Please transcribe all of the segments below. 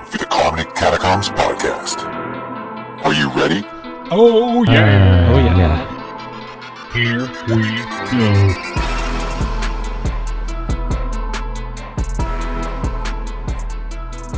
the Catacombs Podcast. Are you ready? Oh yeah. Oh yeah. yeah. Here we go.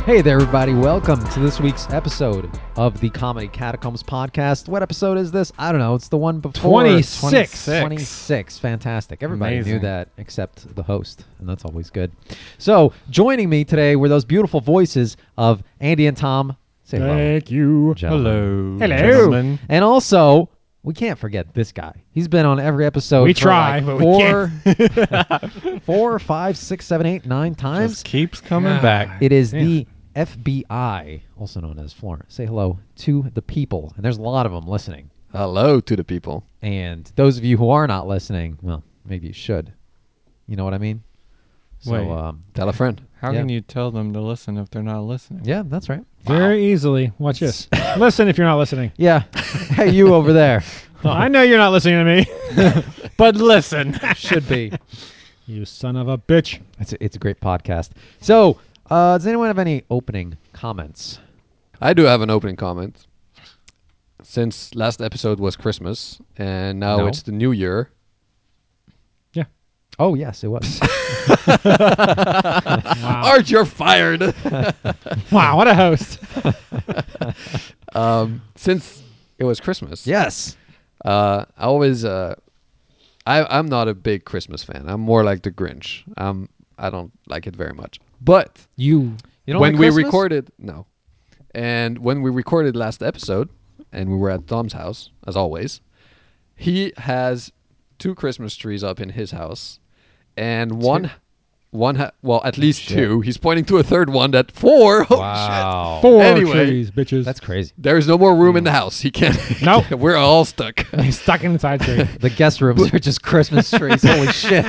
Hey there, everybody. Welcome to this week's episode of the Comedy Catacombs podcast. What episode is this? I don't know. It's the one before 26. 26. Fantastic. Everybody knew Amazing. that except the host, and that's always good. So, joining me today were those beautiful voices of Andy and Tom. Say hello. Thank you. gentlemen. Hello. Mm-hmm. Gentlemen. And also, we can't forget this guy. He's been on every episode. We for try, like but we four, four, five, six, seven, eight, nine times. Just keeps coming Yeah. back. It is the FBI, also known as Florence. Say hello to the people. And there's a lot of them listening. Hello to the people. And those of you who are not listening, well, maybe you should. You know what I mean? So, Wait. um, Tell a friend. How Yeah. can you tell them to listen if they're not listening? yeah, that's right. Very easily. Watch this. Listen if you're not listening. Yeah. hey, you over there. I know you're not listening to me, but listen. Should be. You son of a bitch. It's a, it's a great podcast. So, uh, does anyone have any opening comments? I do have an opening comment. Since last episode was Christmas and now No. it's the new year, Oh, yes, it was. Wow. Art, you're fired. wow, what a host. um, since it was Christmas, yes. uh, I always, uh, I, I'm not a big Christmas fan. I'm more like the Grinch. Um, I don't like it very much. But You. You don't when like we Christmas? recorded, no, and when we recorded last episode, and we were at Tom's house as always, he has two Christmas trees up in his house, and one, one ha- well at least two. He's pointing to a third one. That four. Holy shit! Oh, Wow. Four Anyway. trees, bitches. Oh, That's crazy. There is no more room in the house. He can't. he Nope. can't- we're all stuck. He's stuck inside tree. The guest rooms are just Christmas trees. Holy shit.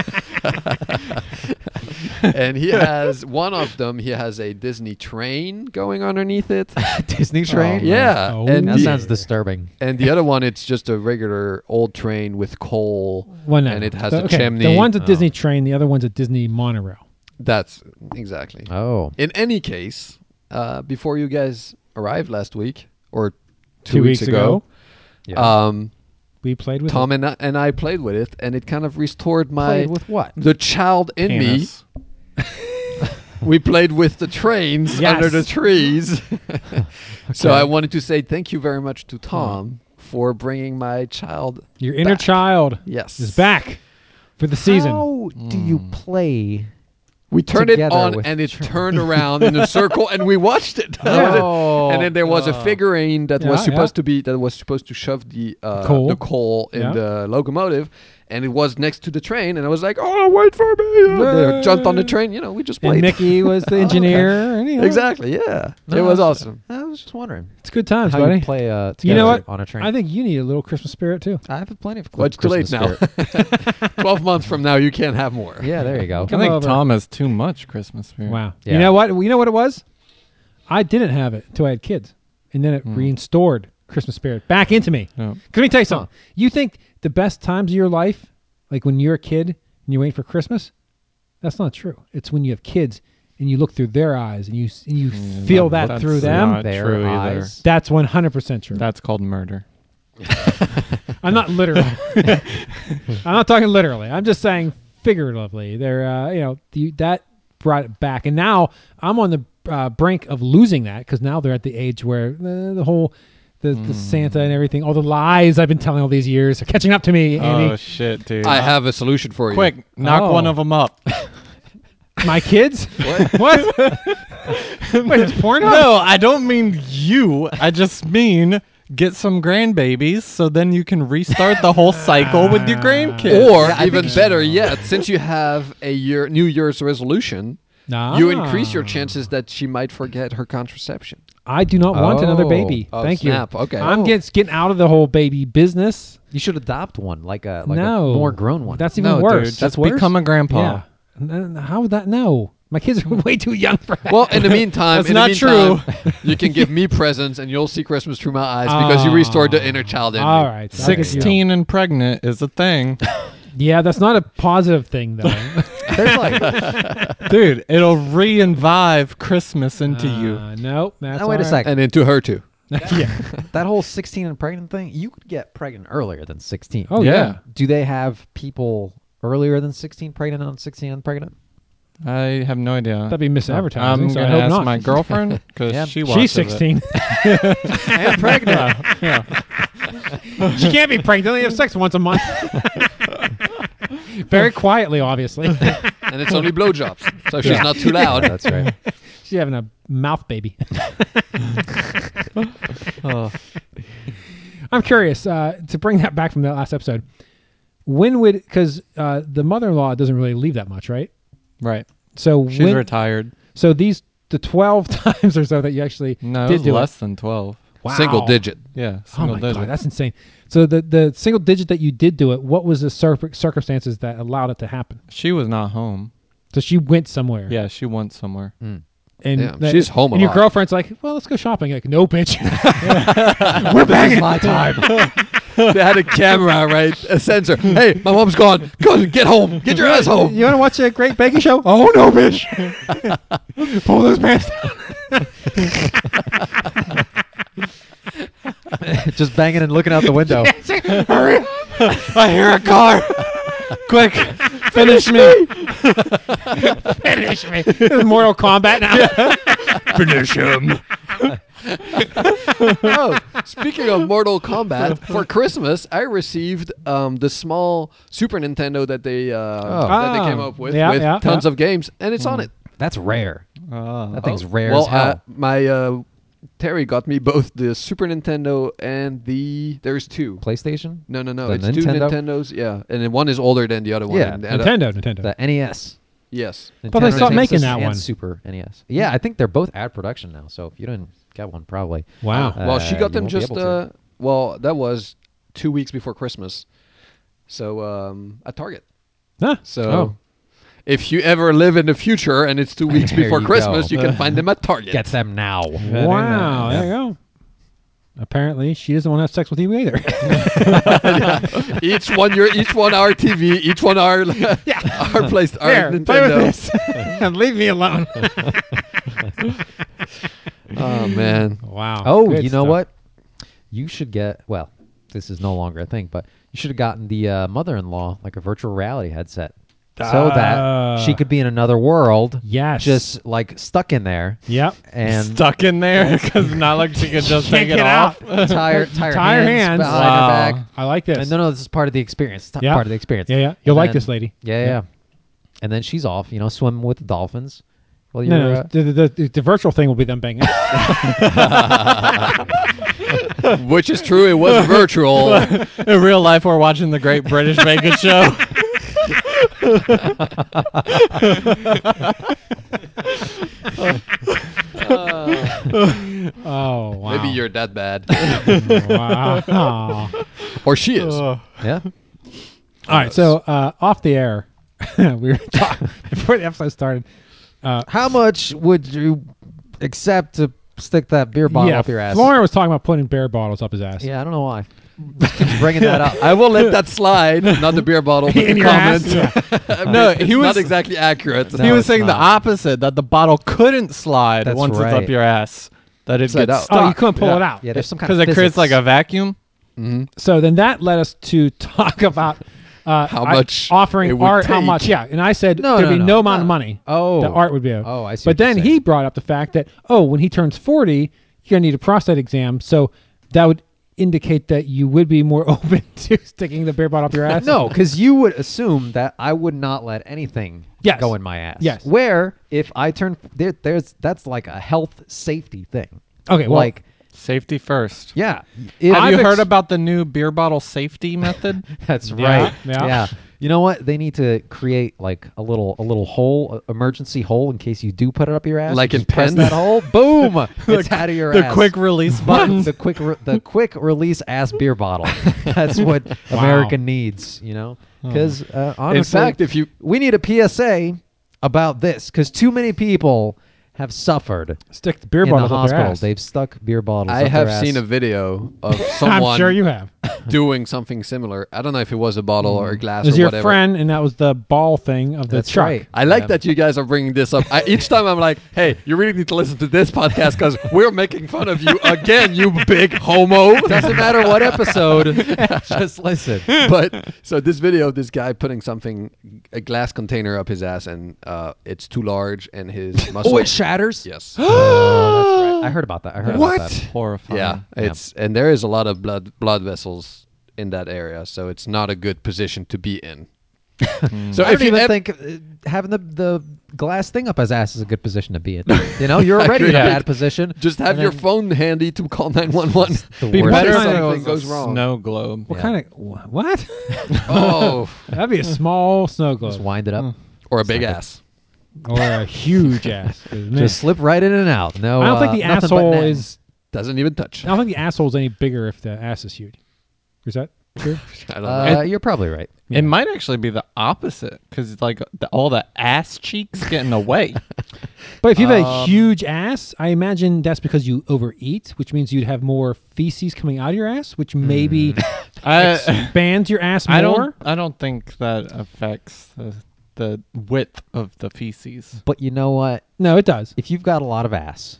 and he has one of them. He has a Disney train going underneath it. Disney train? yeah, Oh, and That the- sounds disturbing. And the other one, it's just a regular old train with coal, One and it has a okay. chimney. The one's a Disney train, the other one's a Disney monorail. That's exactly. Uh. Oh. In any case, uh, before you guys arrived last week or two, Two weeks ago, Yeah. um, We played with Tom and I, and I played with it, and it kind of restored my Played with what? the child in Penis. me. We played with the trains Yes. under the trees. So Okay. I wanted to say thank you very much to Tom for bringing my child. Mm. Your inner back. child Yes, is back for the season. How do you Hmm. play? We turned it together on with and it turned around in a circle and we watched it. Oh. and then there was a figurine that was Yeah, yeah. supposed to be that was supposed to shove the uh, Coal. the coal in Yeah. the locomotive, and it was next to the train. And I was like, "Oh, wait for me!" And they jumped on the train. You know, we just and played. Mickey was the engineer. and, you know, exactly. Yeah, it No, was I awesome. I was just wondering It's good times, how buddy. you play uh, You together know what? on a train. I think you need a little Christmas spirit too. I have plenty of. Well, it's too late Christmas now. spirit. Twelve months from now, you can't have more. yeah, there you go. I Come think over. Tom has too much Christmas spirit. Wow. Mm. Yeah. You know what? You know what it was? I didn't have it until I had kids, and then it Mm. reinstored Christmas spirit back into me. Yeah. 'Cause let me tell you something. You think the best times of your life, like when you're a kid and you're waiting for Christmas, that's not true. It's when you have kids and you look through their eyes and you s- and you Mm. feel that- that through that's them. not Their true either. eyes. That's 100% true. That's called murder. I'm not literal. I'm not talking literally. I'm just saying figuratively. They're, uh, you know, the, that brought it back. And now I'm on the uh, brink of losing that because now they're at the age where the, the whole, the, Hmm. the Santa and everything, all the lies I've been telling all these years are catching up to me, Andy. Oh shit, dude! I have a solution for you. Quick, knock Oh. one of them up. My kids? What? what? Wait, it's porno? no, I don't mean you. I just mean get some grandbabies, so then you can restart the whole cycle with your grandkids. Or even better yet, since you have a year New Year's resolution, you increase your Ah. chances that she might forget her contraception. I do not want another Oh. baby. Oh, Thank snap. you. Okay. I'm Oh. getting getting out of the whole baby business. You should adopt one, like a like no, a Oh more grown one. That's even no, worse. dude, just That's worse. become a grandpa. Yeah. N- n- How would that? No, my kids are way too young for that. Well, in the meantime, That's in not the meantime, you can give me presents and you'll see Christmas through my eyes because you restored the inner child in All me. right, I'll give you- Sixteen and pregnant is a thing. Yeah, that's not a positive thing though. There's like, Dude, it'll reinvive Christmas into you. Uh, nope. That's now wait all a right. second. and into her too. That whole 16 and pregnant thing, you could get pregnant earlier than 16. Oh yeah. Do they have people earlier than 16 pregnant on 16 and pregnant? yeah. I have no idea. That'd be misadvertising. I'm so I gonna hope ask not. my girlfriend because Yeah. she watches She's 16. it. And pregnant. she can't be pregnant. They only have sex once a month. Very quietly, obviously. And it's only blowjobs, so she's Yeah. not too loud. That's right. She's having a mouth baby. Oh. I'm curious uh, to bring that back from that last episode. When would because uh, the mother-in-law doesn't really leave that much, right? Right. So She's when, retired. so these the 12 times or so that you actually No, it did was do it. less than twelve. Wow. Single digit. Yeah. Oh Single my digit. god, that's insane. So the the single digit that you did do it, what was the cir- circumstances that allowed it to happen? she was not home. So she went somewhere. Yeah, she went somewhere. Hmm. and Damn, she's home a And your lot. girlfriend's like, "Well, let's go shopping." Like, no, bitch. We're banging my time. they had a camera, right? A sensor. Hey, my mom's gone. Go get home. Get your ass home. you want to watch a great baking show? Oh no, bitch! Pull those pants down. Just banging and looking out the window. Hurry! I hear a car. Quick, finish me. Finish me. This is Mortal Kombat now. Finish him. oh, speaking of Mortal Kombat, for Christmas I received um, the small Super Nintendo that they uh, that they came Ah. up with Yeah, with yeah, tons yeah. Hmm. of games, and it's on it. That's rare. Ah. That thing's rare well, as hell. Uh, my uh, Terry got me both the Super Nintendo and the there's two. PlayStation? No, no, no. The it's Nintendo? two Nintendos. Yeah, and then one is older than the other one. Yeah, Uh, and, and, uh, Nintendo, Nintendo. The NES. yes. Well, they Nintendo stopped making Genesis that and one. Super NES. Yeah, I think they're both out of production now. So if you didn't get one, probably. wow. Uh, well, she you got them won't be just able to. uh, well, that was two weeks before Christmas, so um, at Target. Huh? So Oh. if you ever live in the future and it's two weeks There before you Christmas, go. you can find them at Target. Get them now. wow. There you go. Apparently, she doesn't want to have sex with you either. each one your each one our TV, each one our our place our Here, Nintendo. play with this and leave me alone. Oh man. wow. Oh, Good you know stuff. what? You should get. Well, this is no longer a thing, but you should have gotten the uh, mother-in-law like a virtual reality headset, so that she Ah. could be in another world. Yes. just like stuck in there Yep. and Stuck in there because not like she could just Can't take it get off. out. tire tire, Tie her hands. behind her back. I like this. And no, no, this is part of the experience. It's Yeah. part of the experience. Yeah, yeah. And You'll like then- this lady. Yeah, yeah, yeah. And then she's off. You know, swim with the dolphins. Well, you're. No, no, uh, the, the, the, the virtual thing will be them banging. Which is true, it was virtual. In real life, we're watching the Great British Baking Show. oh, wow. Maybe you're that bad. Wow. or she is. yeah. All right, so uh, off the air, we were talking before the episode started. How much would you accept to stick that beer bottle yeah, up your ass? Florian was talking about putting beer bottles up his ass. Yeah, I don't know why. Just keeps bringing that up. I will let that slide. Not the beer bottle, but In the your ass? comment. No, it's he was- not exactly accurate. No, he was it's saying the not. opposite that the bottle Oh, couldn't slide That's once it's right. up your ass. That it Slide gets out. stuck. Oh, you couldn't pull it out. Yeah, there's some kind of because it creates like a vacuum. So then that led us to talk about uh, How I- much it offering would art, how take. much. Yeah, and I said No, there'd no, be no, no, amount of no. money. Oh. the art would be. out. Oh, I see But what you're then saying. he brought up the fact that oh, when he turns forty, you're gonna need a prostate exam, so that would indicate that you would be more open to sticking the beer bottle up your ass. no, because you would assume that I would not let anything Yes. go in my ass. Yes. Where if I turn there, there's that's like a health safety thing. Okay, well, like Safety first. yeah. Have If- you heard about the new beer bottle safety method? That's Yeah, right. yeah. You know what? They need to create like a little a little hole, a emergency hole, in case you do put it up your ass. Like You in just press Penn? that hole, boom! it's out of your the ass. quick release button. the quick re- the quick release ass beer bottle. That's what America needs, you know. Because uh, honestly, fact, if you- we need a PSA about this, because too many people have suffered stick the beer in the bottles up your hospital. ass. They've stuck beer bottles. I up have their seen a ass. video of someone I'm sure you have. doing something similar. I don't know if it was a bottle or a glass It was or your whatever. friend, and that was the ball thing of the That's truck. right. I like Yeah. that you guys are bringing this up. I, each time I'm like, hey, you really need to listen to this podcast because we're making fun of you again, you big homo. Doesn't matter what episode. just listen. but so this video of this guy putting something, a glass container up his ass, and uh, it's too large, and his muscle. Oh, it shatters. yes. Oh, that's right. I heard about that. I heard What? about that. Horrifying. yeah, it's and there is a lot of blood blood vessels in that area, so it's not a good position to be in. so Hmm. I if don't you even ev- think uh, having the, the glass thing up his ass is a good position to be in. You know, you're already in a Agreed. bad position. just have And your then- phone handy to call nine one one. the Be worst. better What if kind it of- was goes a wrong? Snow globe. What Yeah. kind of wh- what? Oh, That'd be a small snow Just globe wind it up. or a big ass. or a huge ass. 'cause, man, Just slip right in and out. No, I don't uh, think the nothing but asshole net. is. Doesn't even touch. I don't think the asshole's any bigger if the ass is huge. Is that true? I don't know. Uh, you're probably right. It might actually be the opposite because like the, all the ass cheeks get in the way. But if you have a huge ass, I imagine that's because you overeat, which means you'd have more feces coming out of your ass, which maybe I, expands your ass more. I don't. I don't think that affects the, the width of the feces. But you know what? No, it does. If you've got a lot of ass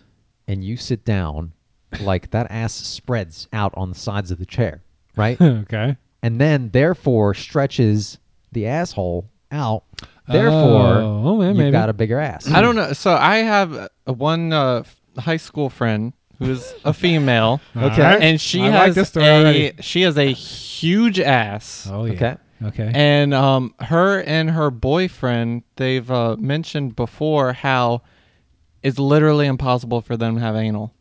and you sit down, like that ass spreads out on the sides of the chair, right? okay. and then therefore stretches the asshole out. Therefore, Oh, yeah, you've maybe. got a bigger ass. Hmm. I don't know. So I have a- a one uh, f- high school friend who is a female. Okay. All right. and she I like has this story a already. she has a huge ass. Oh yeah. Okay. Okay. And um, her and her boyfriend, they've uh, mentioned before how it's literally impossible for them to have anal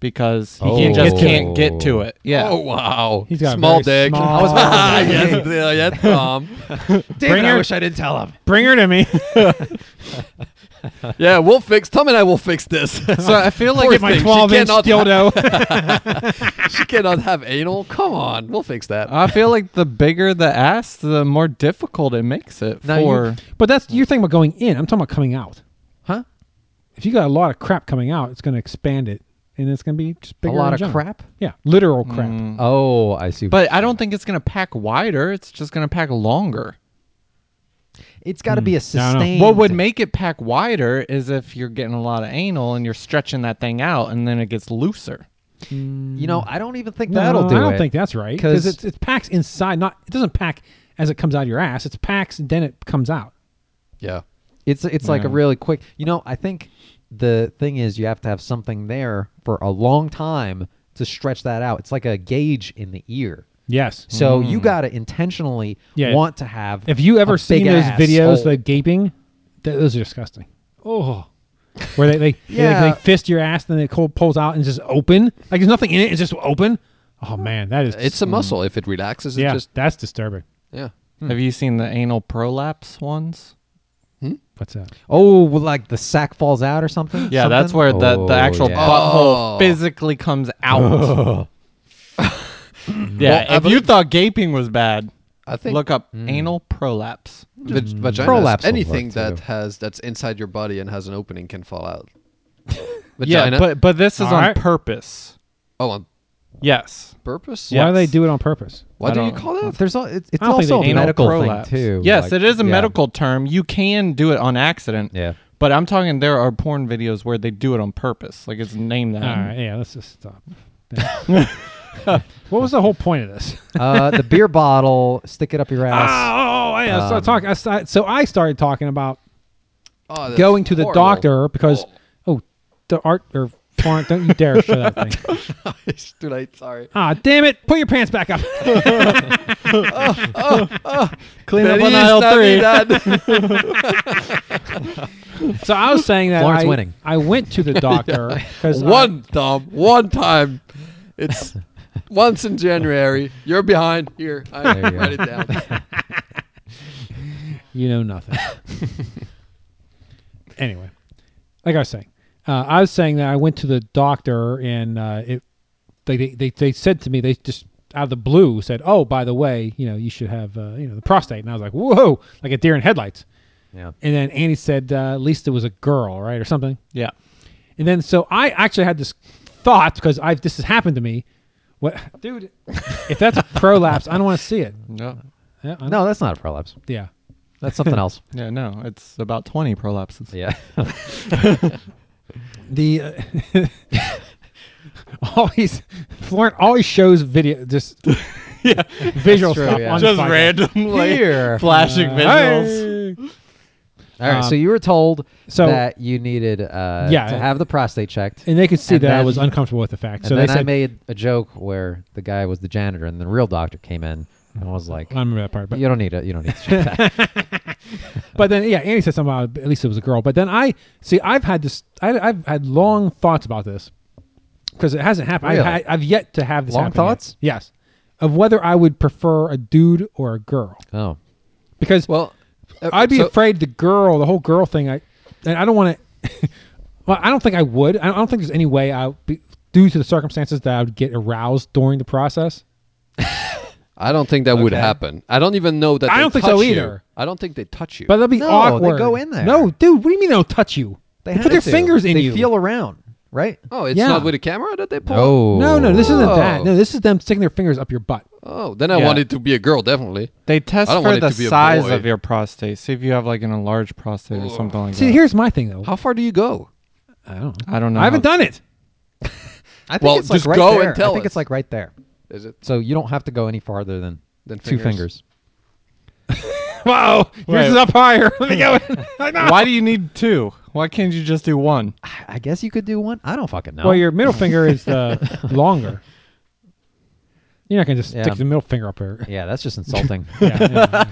because he Oh. can't- just can't Oh. get to it. Yeah. Oh wow! He's got a small very dick. small I was like, dick. yes, yeah, yes, Tom. Bring her, I didn't tell him. bring her to me. Yeah, we'll fix. Tom and I will fix this. So I feel like Poor if Get my thing, she 12 inch cannot- dildo. she cannot have anal. Come on, we'll fix that. I feel like the bigger the ass, the more difficult it makes it Now you- for. but that's you're thinking about going in. I'm talking about coming out. Huh? If you got a lot of crap coming out, it's going to expand it, and it's going to be just A bigger. lot in of general. crap. Yeah, literal crap. Oh, I see. But I don't think it's gonna pack wider. It's just gonna pack longer. it's got to be a Hmm. don't know. sustained. What would make it pack wider is if you're getting a lot of anal and you're stretching that thing out, and then it gets looser. you know? I don't even think No, that'll do I don't it. think that's right 'Cause- because it, it packs inside. Not it doesn't pack as it comes out of your ass. It's packs and then it comes out. yeah, It's it's like a Yeah. really quick. You know, I think the thing is you have to have something there for a long time to stretch that out. It's like a gauge in the ear. Yes. So you got to intentionally Mm. Yeah. want to have. If you ever a seen big those ass videos, hole. the gaping, th- those are disgusting. Oh, where they they, they- Yeah. they, fist your ass, then it co- pulls out and it's just open. Like there's nothing in it. It's just open. Oh man, that is it's a muscle. If it relaxes, it yeah. just that's disturbing. yeah. Hmm. Have you seen the anal prolapse ones? What's that? Oh, well, like the sack falls out or something. Yeah, that's Something? where the, the Oh, actual yeah. Oh. butthole physically comes out. Well, yeah, I if you believe- thought gaping was bad, I think look mm, up Hmm. anal prolapse. vag- vaginas, prolapse will anything work, that too. has that's inside your body and has an opening can fall out. Yeah, but but this is All on right. purpose. oh, on Yes. purpose. Yeah. Why do they Yes. do it on purpose? Why I do you don't- call that? There's all, it's, it's I don't think also they a do. medical prolapse. thing too. Yes, like- it is a yeah. medical term. You can do it on accident. Yeah. But I'm talking there are porn videos where they do it on purpose. Like it's named that. All right, yeah, let's just stop. what was the whole point of this? uh, the beer bottle, stick it up your ass. Ah. Oh, yeah. so, I Um, talk, I, sta- so I started talking about Oh, that's going to the horrible. doctor because, oh, the art or Florent, don't you dare show that thing. it's too late. Sorry. Ah, damn it. Put your pants back up. Clean Feliz Navidad. so I was saying that Florent's I, winning. I went to the doctor because one Tom, one time. It's once in January. You're behind here. I There you write go. it down. you know nothing. anyway, like I was saying, uh, I was saying that I went to the doctor and uh, it they, they they they said to me they just out of the blue said, "Oh, by the way, you know you should have uh, you know the prostate," and I was like, "Whoa!" Like a deer in headlights. Yeah. And then Annie said, uh, "At least it was a girl, right, or something." Yeah. And then so I actually had this thought because I've this has happened to me. What, dude? If that's prolapse, I don't want to see it. No. Yeah, I No, that's not a prolapse. don't- Yeah. That's something else. Yeah, no. It's about 20 prolapses. Yeah. The uh, always Florent always shows video just yeah. visual true, stuff yeah. on Just the podcast. randomly Here. flashing visuals. Hey. All right. so Um, you were told so- that you needed uh, Yeah. to have the prostate checked. And they could see And that I then- was uncomfortable with the fact. And So they then I said, made a joke where the guy was the janitor, and the real doctor came in and was like, I remember that part, Uh, but "You don't need it. You don't need to check that." but then yeah, Annie said something about at least it was a girl. But then I see I've had this I, I've had long thoughts about this because it hasn't happened. Really? I, I, I've yet to have this Long happen yet. thoughts? Yes, of whether I would prefer a dude or a girl oh, because Well, uh, I'd be so- afraid the girl, the whole girl thing. I, and I don't want to. well, I don't think I would. I don't, I don't think there's any way I, would be, due to the circumstances, that I would get aroused during the process. I don't think that would happen. I don't even know that. I they don't think touch so you. either. I don't think they touch you. But uh, that'd be No, they awkward. go in there. No, dude. What do you mean they don't touch you? They, had put their to. fingers in They you. feel around, right? oh, it's Yeah. not with a camera that they pull. up? Oh no, no. This isn't Oh. that. No, this is them sticking their fingers up your butt. Oh, then I Yeah. want it to be a girl, definitely. They test I don't for want it the to be a size boy. of your prostate. See if you have like an enlarged prostate or something like See, that. here's my thing though. How far do you go? I don't. know. I don't know. I haven't done it. I think Well, it's like just right go and there. I tell think us. it's like right there. Is it? So you don't have to go any farther than, Than two fingers. fingers. Wow, yours Wait. is up higher. Let me go. in. I know. Why do you need two? Why can't you just do one? I- I guess you could do one. I don't fucking know. Well, your middle finger is uh, longer. You're not gonna just Yeah. stick the middle finger up there. yeah, that's just insulting.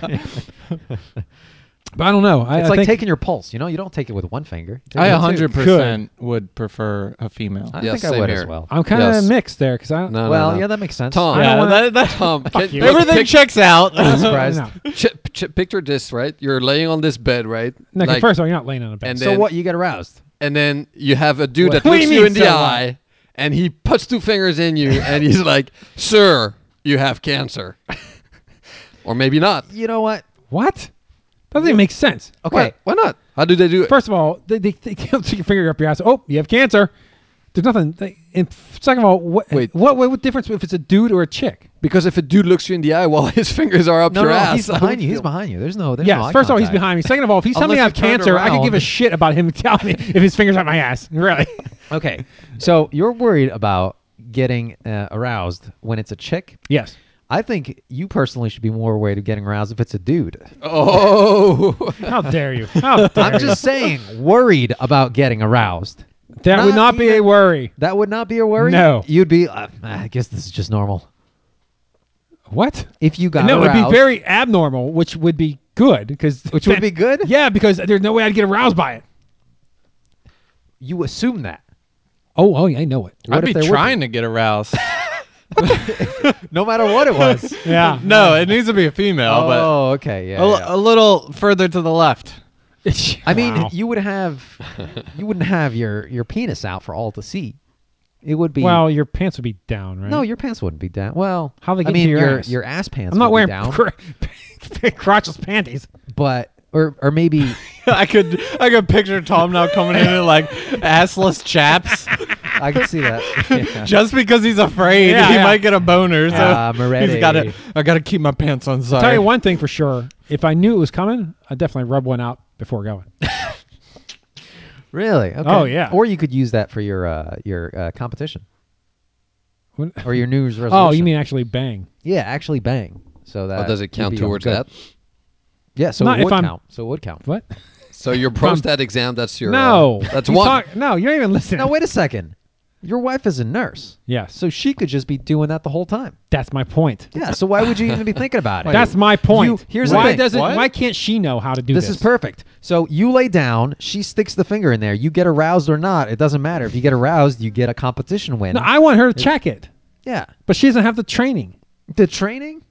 Yeah, but I don't know. I, It's I like think- taking your pulse. You know, you don't take it with one finger. You take I it a with two. 100% would prefer a female. I Yeah, think I same would here. as well. I'm kind of Yes. mixed there because I No, well, no, no. yeah, that makes sense. Tom. I don't wanna- Tom, can, you. look, Everything pic- checks out. I'm surprised. No. ch- ch- picture this, right? You're laying on this bed, right? No, 'cause Like- first of all, you're not laying on a bed. and So then, what? You get aroused. And then you have a dude What- that What do looks you you mean, in the so what? eye, and he puts two fingers in you, and he's like, "Sir, you have cancer," or maybe not. You know what? what? That doesn't even make sense. Okay. Why, why not? How do they do it? First of all, they, they, they can't stick your finger up your ass. Oh, you have cancer. There's nothing. They, and second of all, what, Wait. what what what difference if it's a dude or a chick? because if a dude looks you in the eye while his fingers are up No, your no, ass, he's I behind would you. He's feel- behind you. There's no. There's no yes. eye First of all, he's contact. behind me. Second of all, if he's telling me I have Unless you turned cancer, I could give a around. shit about him telling me if his fingers are up my ass. Really? Okay. So you're worried about getting uh, aroused when it's a chick. yes. I think you personally should be more worried of getting aroused if it's a dude. Oh, How dare you? How dare I'm just saying, worried about getting aroused. you? That would not not be a even- worry. That would not be a worry. No. you'd be. Uh, I guess this is just normal. What? If you got And no, it would aroused, be very abnormal, which would be good because Which would be good? Yeah, because there's no way I'd get aroused by it. you assume that. Oh, oh, yeah, I know it. What I'd if be there were trying to get aroused. No matter what it was. Yeah, no, it needs to be a female, oh, okay. Yeah. but a, yeah. l- a little further to the left. I mean, Wow. you would have, you wouldn't have your your penis out for all to see. It would be well, your pants would be down, right? No, your pants wouldn't be down. Well, How they I get mean, to your ass? your ass pants. I'm not wearing would be down, cr- crotchless panties. but or or maybe I could I could picture Tom now coming in in like assless chaps I could see that. Yeah. just because he's afraid Yeah, he yeah. might get a boner. So Ah, I'm he's got to ready. I got to keep my pants on side. Tell you one thing for sure: if I knew it was coming, I'd definitely rub one out before going. Really? Okay. Oh, yeah. Or you could use that for your uh, your uh, competition What- or your New Year's resolution. oh, you mean actually bang? yeah? Actually, bang. So that Oh, does it would count be all towards good. that? Yeah. So Not it if would I'm- count. So it would count. What? So your prostate exam, that's your no, uh, that's You one. talk- no, you're not even listening. Now wait a second. Your wife is a nurse. Yes. So she could just be doing that the whole time. That's my point. Yeah. So why would you even be thinking about it? That's my point. You- here's the why thing. doesn't What? why can't she know how to do this? This is perfect. So you lay down, she sticks the finger in there. You get aroused or not, it doesn't matter. If you get aroused, you get a competition win. No, I want her to check it, yeah. but she doesn't have the training. The training?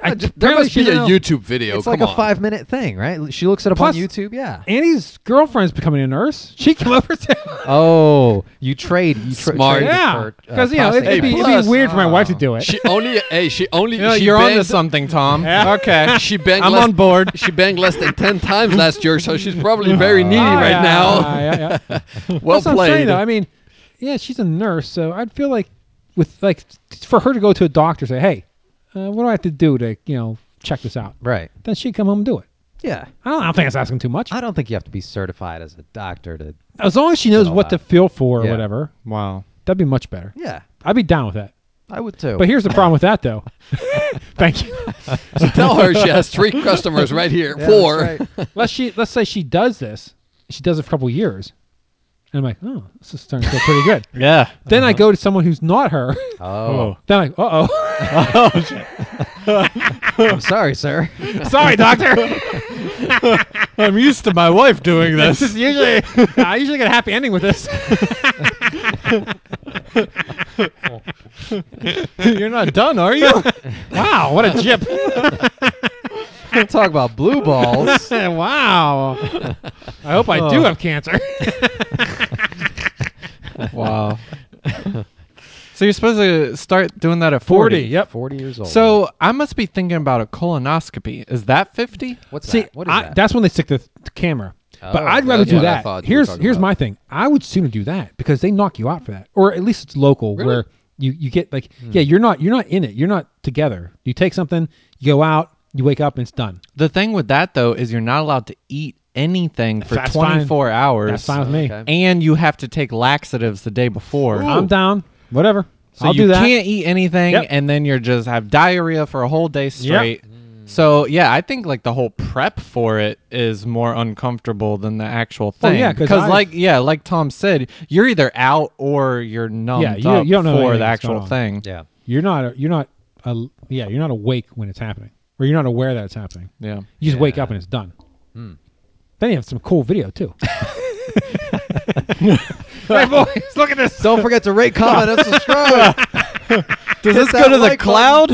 I Uh, j- There must be a YouTube video. it's like come a on. five minute thing, right? She looks it up Plus- on YouTube, yeah. Annie's girlfriend's becoming a nurse. She came over to. Oh, you trade. You tra- Smart. trade it yeah, for, uh, because you know it'd, prostate it'd be, Hey, it'd cancer. be plus- weird for my wife to Oh. do it. She only, hey, she only. You know, she you're banged, on to something, Tom. Okay. She banged. I'm less- on board. She banged less than ten times last year, so she's probably very needy Ah, right yeah, now. yeah, yeah. Well That's what I'm saying, played. though. I mean, yeah, she's a nurse, so I'd feel like with like for her to go to a doctor say, hey, uh, what do I have to do to you know check this out? Right. Then she'd come home and do it. Yeah. I don't, I don't think it's asking too much. I don't think you have to be certified as a doctor to. As long as she knows all what that. to feel for or Yeah. whatever, Wow. that'd be much better. Yeah, I'd be down with that. I would too. But here's the problem with that though. Thank you. So tell her she has three customers right here. Yeah, that's Four. right. let's she let's say she does this. She does it for a couple years, and I'm like, oh, this is starting to feel pretty good. Yeah. then I go to someone who's not her. Uh-huh. Oh, Then I'm like, uh oh, I'm sorry, sir. sorry, doctor. I'm used to my wife doing this is usually I usually get a happy ending with this. You're not done, are you? wow, what a jip! Talk about blue balls. wow. I hope I Oh. do have cancer. wow. so you're supposed to start doing that at 40. Yep. Forty years old. So I must be thinking about a colonoscopy. Is that 50? what's See, that? What is I- that? that's when they stick the th- camera. But Oh, I'd rather that's do what I that. thought you were Here's talking here's about. my thing. I would sooner do that because they knock you out for that, or at least it's local Really? Hmm. where you you get like yeah you're not you're not in it you're not together. You take something, you go out, you wake up, and it's done. The thing with that though is you're not allowed to eat anything for That's fine. 24 hours. That's fine with me. Okay. And you have to take laxatives the day before. I'm down. Whatever. So I'll you do that. can't eat anything Yep. and then you're just have diarrhea for a whole day straight. So yeah, I think like the whole prep for it is more uncomfortable than the actual Oh, thing. yeah, 'cause I- like yeah, like Tom said, you're either out or you're numb Yeah, you- you don't know for anything the that's going actual on. thing. yeah. You're not you're not uh, yeah you're not awake when it's happening, or you're not aware that it's happening. Yeah. You just wake up and it's done. Hmm. Then you have some cool video too. right, boys, look at this. Don't forget to rate, comment, and subscribe. Does Hit this that go to the like cloud?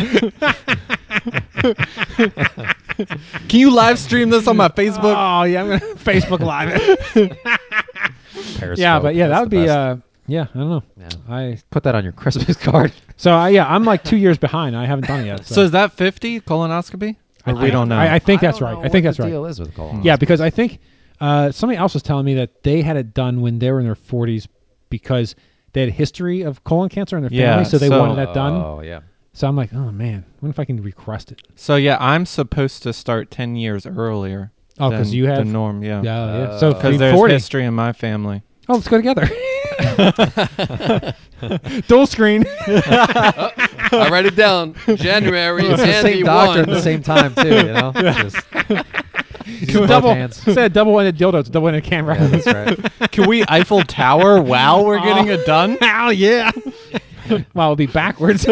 Can you live stream this on my Facebook? Oh yeah, I'm gonna Facebook Live it. yeah, but yeah, that would be uh, yeah. I don't know. Yeah. I Put that on your Christmas card. so I, yeah, I'm like two years behind. I haven't done it yet. So, so is that 50 colonoscopy? I, Or we I- don't know. I, I think that's don't right. know I think what that's the right. Deal is with colonoscopy. Yeah, because I think uh, somebody else was telling me that they had it done when they were in their 40s because they had a history of colon cancer in their Yeah, family, so they so- wanted that done. Oh yeah. So I'm like, oh man, what if I can request it? so yeah, I'm supposed to start 10 years earlier. Oh, 'cause than you have- the norm, yeah. Yeah, yeah. So Because be there's 40. history in my family. Oh, let's go together. Dual screen. I write it down. January It's the Andy same doctor at one. the same time too. You know. Just, Use both double. hands. Instead of double-ended dildo, it's a double-ended camera. Yeah, that's right. Can we Eiffel Tower while we're getting it done? Hell yeah. well, it'll be backwards.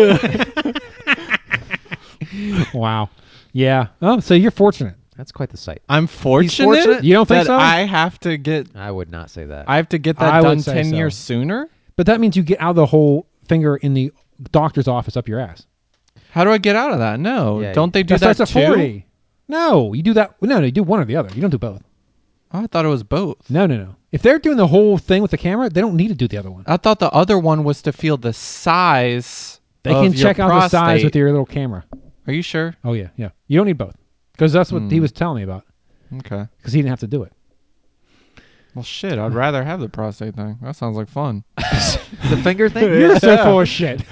wow. Yeah. Oh, so you're fortunate. That's quite the sight. I'm fortunate. fortunate? You don't think that so? I have to get I would not say that. I have to get that I would done say 10 so. years sooner? But that means you get out of the whole finger in the doctor's office up your ass. How do I get out of that? No. Yeah, don't they do that, starts at too? 40. No, you do that. No, no, you do one or the other. You don't do both. Oh, I thought it was both. No, no, no. If they're doing the whole thing with the camera, they don't need to do the other one. I thought the other one was to feel the size. They of can your check out the size with prostate. your little camera. Are you sure? Oh yeah, yeah. You don't need both because that's what Hmm. he was telling me about Okay. because he didn't have to do it. Well, shit. I'd rather have the prostate thing. That sounds like fun. the finger thing. You're so full of shit.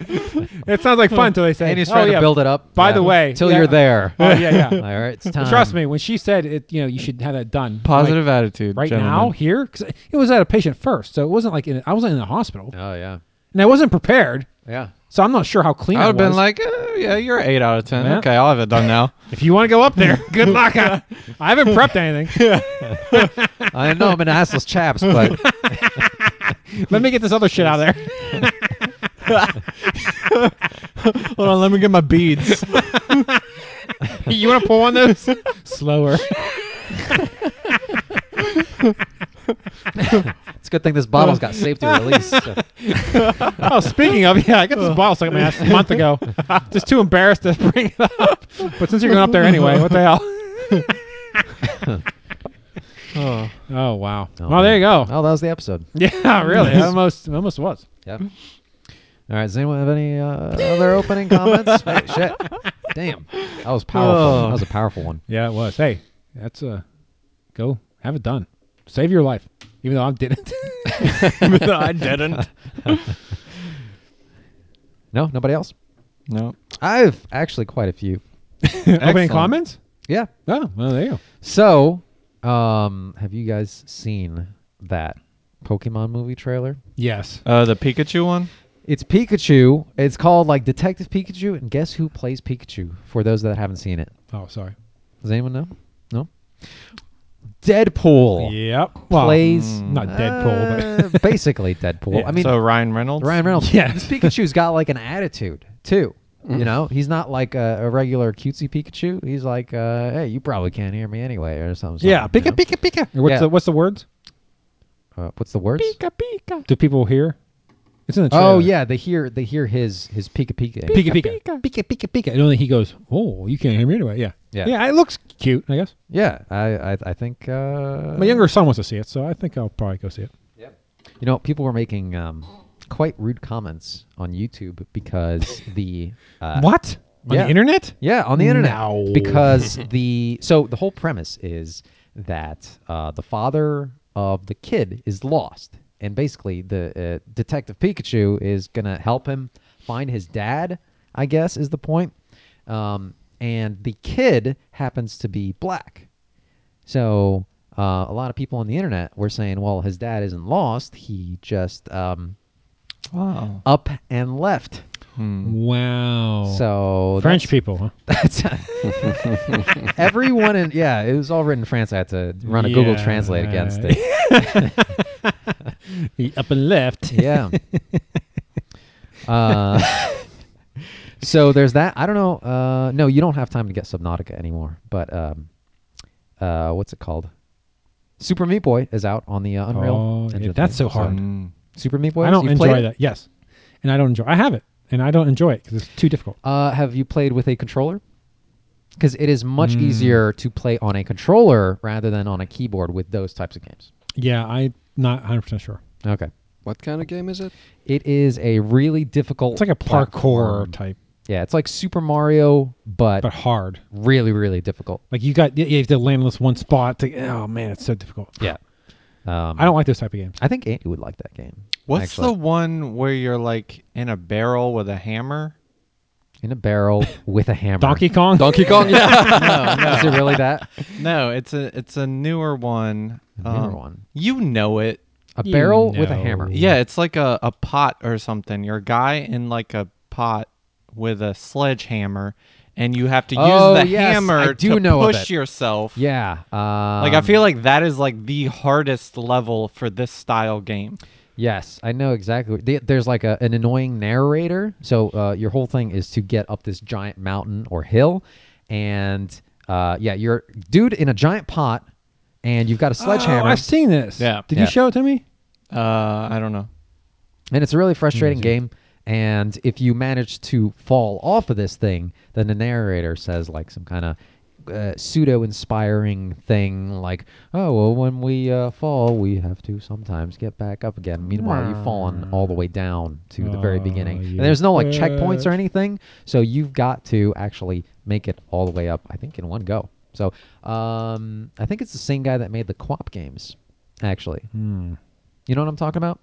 it sounds like fun until they say, And he's "Oh, trying yeah, to build it up. By the way, till yeah. you're there. Oh yeah, yeah. All right, it's time. Trust me, when she said it, you know, you should have that done. I'm like, Positive attitude. right gentlemen. now here because it was at a patient first, so it wasn't like in a, I wasn't in the hospital Oh yeah, and I wasn't prepared, yeah. so I'm not sure how clean I I, would was. have been like, eh, yeah, you're eight out of ten. Yeah. Okay, I'll have it done now. if you want to go up there, good luck. I, I haven't prepped anything. I know I'm an assless chaps, but Let me get this other shit out of there. Hold on, let me get my beads. You want to pull one of those slower? it's a good thing this bottle's got safety release. So. Oh, speaking of, yeah, I got this bottle stuck in my ass a month ago. Just too embarrassed to bring it up. But since you're going up there anyway, what the hell? oh. Oh wow. Oh, well, there you man. go. Oh, that was the episode. Yeah, really. It almost, it almost was. Yep. All right. Does anyone have any uh, other opening comments? Wait, shit. Damn. That was powerful. Oh. That was a powerful one. Yeah, it was. Hey, that's uh go have it done. Save your life. Even though I didn't. I didn't. No, nobody else. No. I've actually quite a few. Opening Excellent. comments? Yeah. Oh, well, there you go. So, um, have you guys seen that Pokemon movie trailer? Yes. Uh, the Pikachu one. It's Pikachu. It's called like Detective Pikachu, and guess who plays Pikachu? For those that haven't seen it, Oh, sorry. does anyone know? No. Deadpool Yep. Well, mm, plays Hmm. not Deadpool, uh, basically Deadpool. Yeah, I mean, so Ryan Reynolds. Ryan Reynolds. Yeah. This Pikachu's got like an attitude too. Mm. You know, he's not like a, a regular cutesy Pikachu. He's like, uh, hey, you probably can't hear me anyway, or something. but yeah, something, you pika pika pika. Or What's Yeah. the what's the words? know? Uh, what's the words? pika. Do people hear? It's in the trailer. Oh yeah, they hear they hear his his Pika Pika. Pika pika pika pika pika. And only he goes, oh, you can't hear me anyway. Yeah. Yeah. Yeah. It looks cute, I guess. Yeah, I I, I think uh, My younger son wants to see it, so I think I'll probably go see it. You know, people were making um, quite rude comments on YouTube because the uh, what on yeah. the internet? Yeah, on the internet. No. Because the so the whole premise is that uh, the father of the kid is lost, and basically the uh, detective Pikachu is gonna help him find his dad. I guess is the point. Um, and the kid happens to be black, so uh, a lot of people on the internet were saying, "Well, his dad isn't lost. He just um, Wow. Hmm. up and left." Wow. So French that's- people, huh? that's everyone in yeah, it was all written in France. I had to run a Google Yeah, Translate right. against it. He up and left. Yeah. uh, so there's that. I don't know. Uh, no, you don't have time to get Subnautica anymore. But um, uh, what's it called? Super Meat Boy is out on the uh, Unreal. Oh, yeah, Engine that's thing. so hard. Mm. Super Meat Boy. I don't You've played enjoy it? that. Yes, and I don't enjoy. I have it, and I don't enjoy it because it's too difficult. Uh, have you played with a controller? Because it is much Hmm. easier to play on a controller rather than on a keyboard with those types of games. Yeah, I'm not 100 percent sure. Okay. What kind of game is it? It is a really difficult. It's like a parkour platform. type, Yeah, it's like Super Mario, but, but hard. really, really difficult. Like you got you have to land on this one spot. To, oh man, it's so difficult. Yeah. Um, I don't like those type of games. I think Andy would like that game. What's actually. the one where you're like in a barrel with a hammer? in a barrel with a hammer? Donkey Kong. Donkey Kong. Yeah. No, Is it really that? no, it's a it's a newer one. Um, A newer one. You know it. A You barrel with a know. hammer. Yeah, it's like a, a pot or something. You're a guy in like a pot with a sledgehammer, and you have to use Oh, the yes, I hammer do to know of push it. yourself. Yeah. Um, Like I feel like that is like the hardest level for this style game. Yes, I know exactly. what- the- There's like a, an annoying narrator. So uh, your whole thing is to get up this giant mountain or hill, and uh, yeah, you're dude in a giant pot, and you've got a Oh, sledgehammer. I've seen this. Yeah. Did Yeah. you show it to me? Uh, I don't know. And it's a really frustrating game. And if you manage to fall off of this thing, then the narrator says like some kind of uh, pseudo-inspiring thing, like, "Oh well, when we uh, fall, we have to sometimes get back up again." Meanwhile, you've fallen all the way down to the very Oh, beginning, and you there's no like checkpoints or bitch. anything, so you've got to actually make it all the way up. I think in one go. So um, I think it's the same guy that made the co-op games, actually. You know what I'm talking about?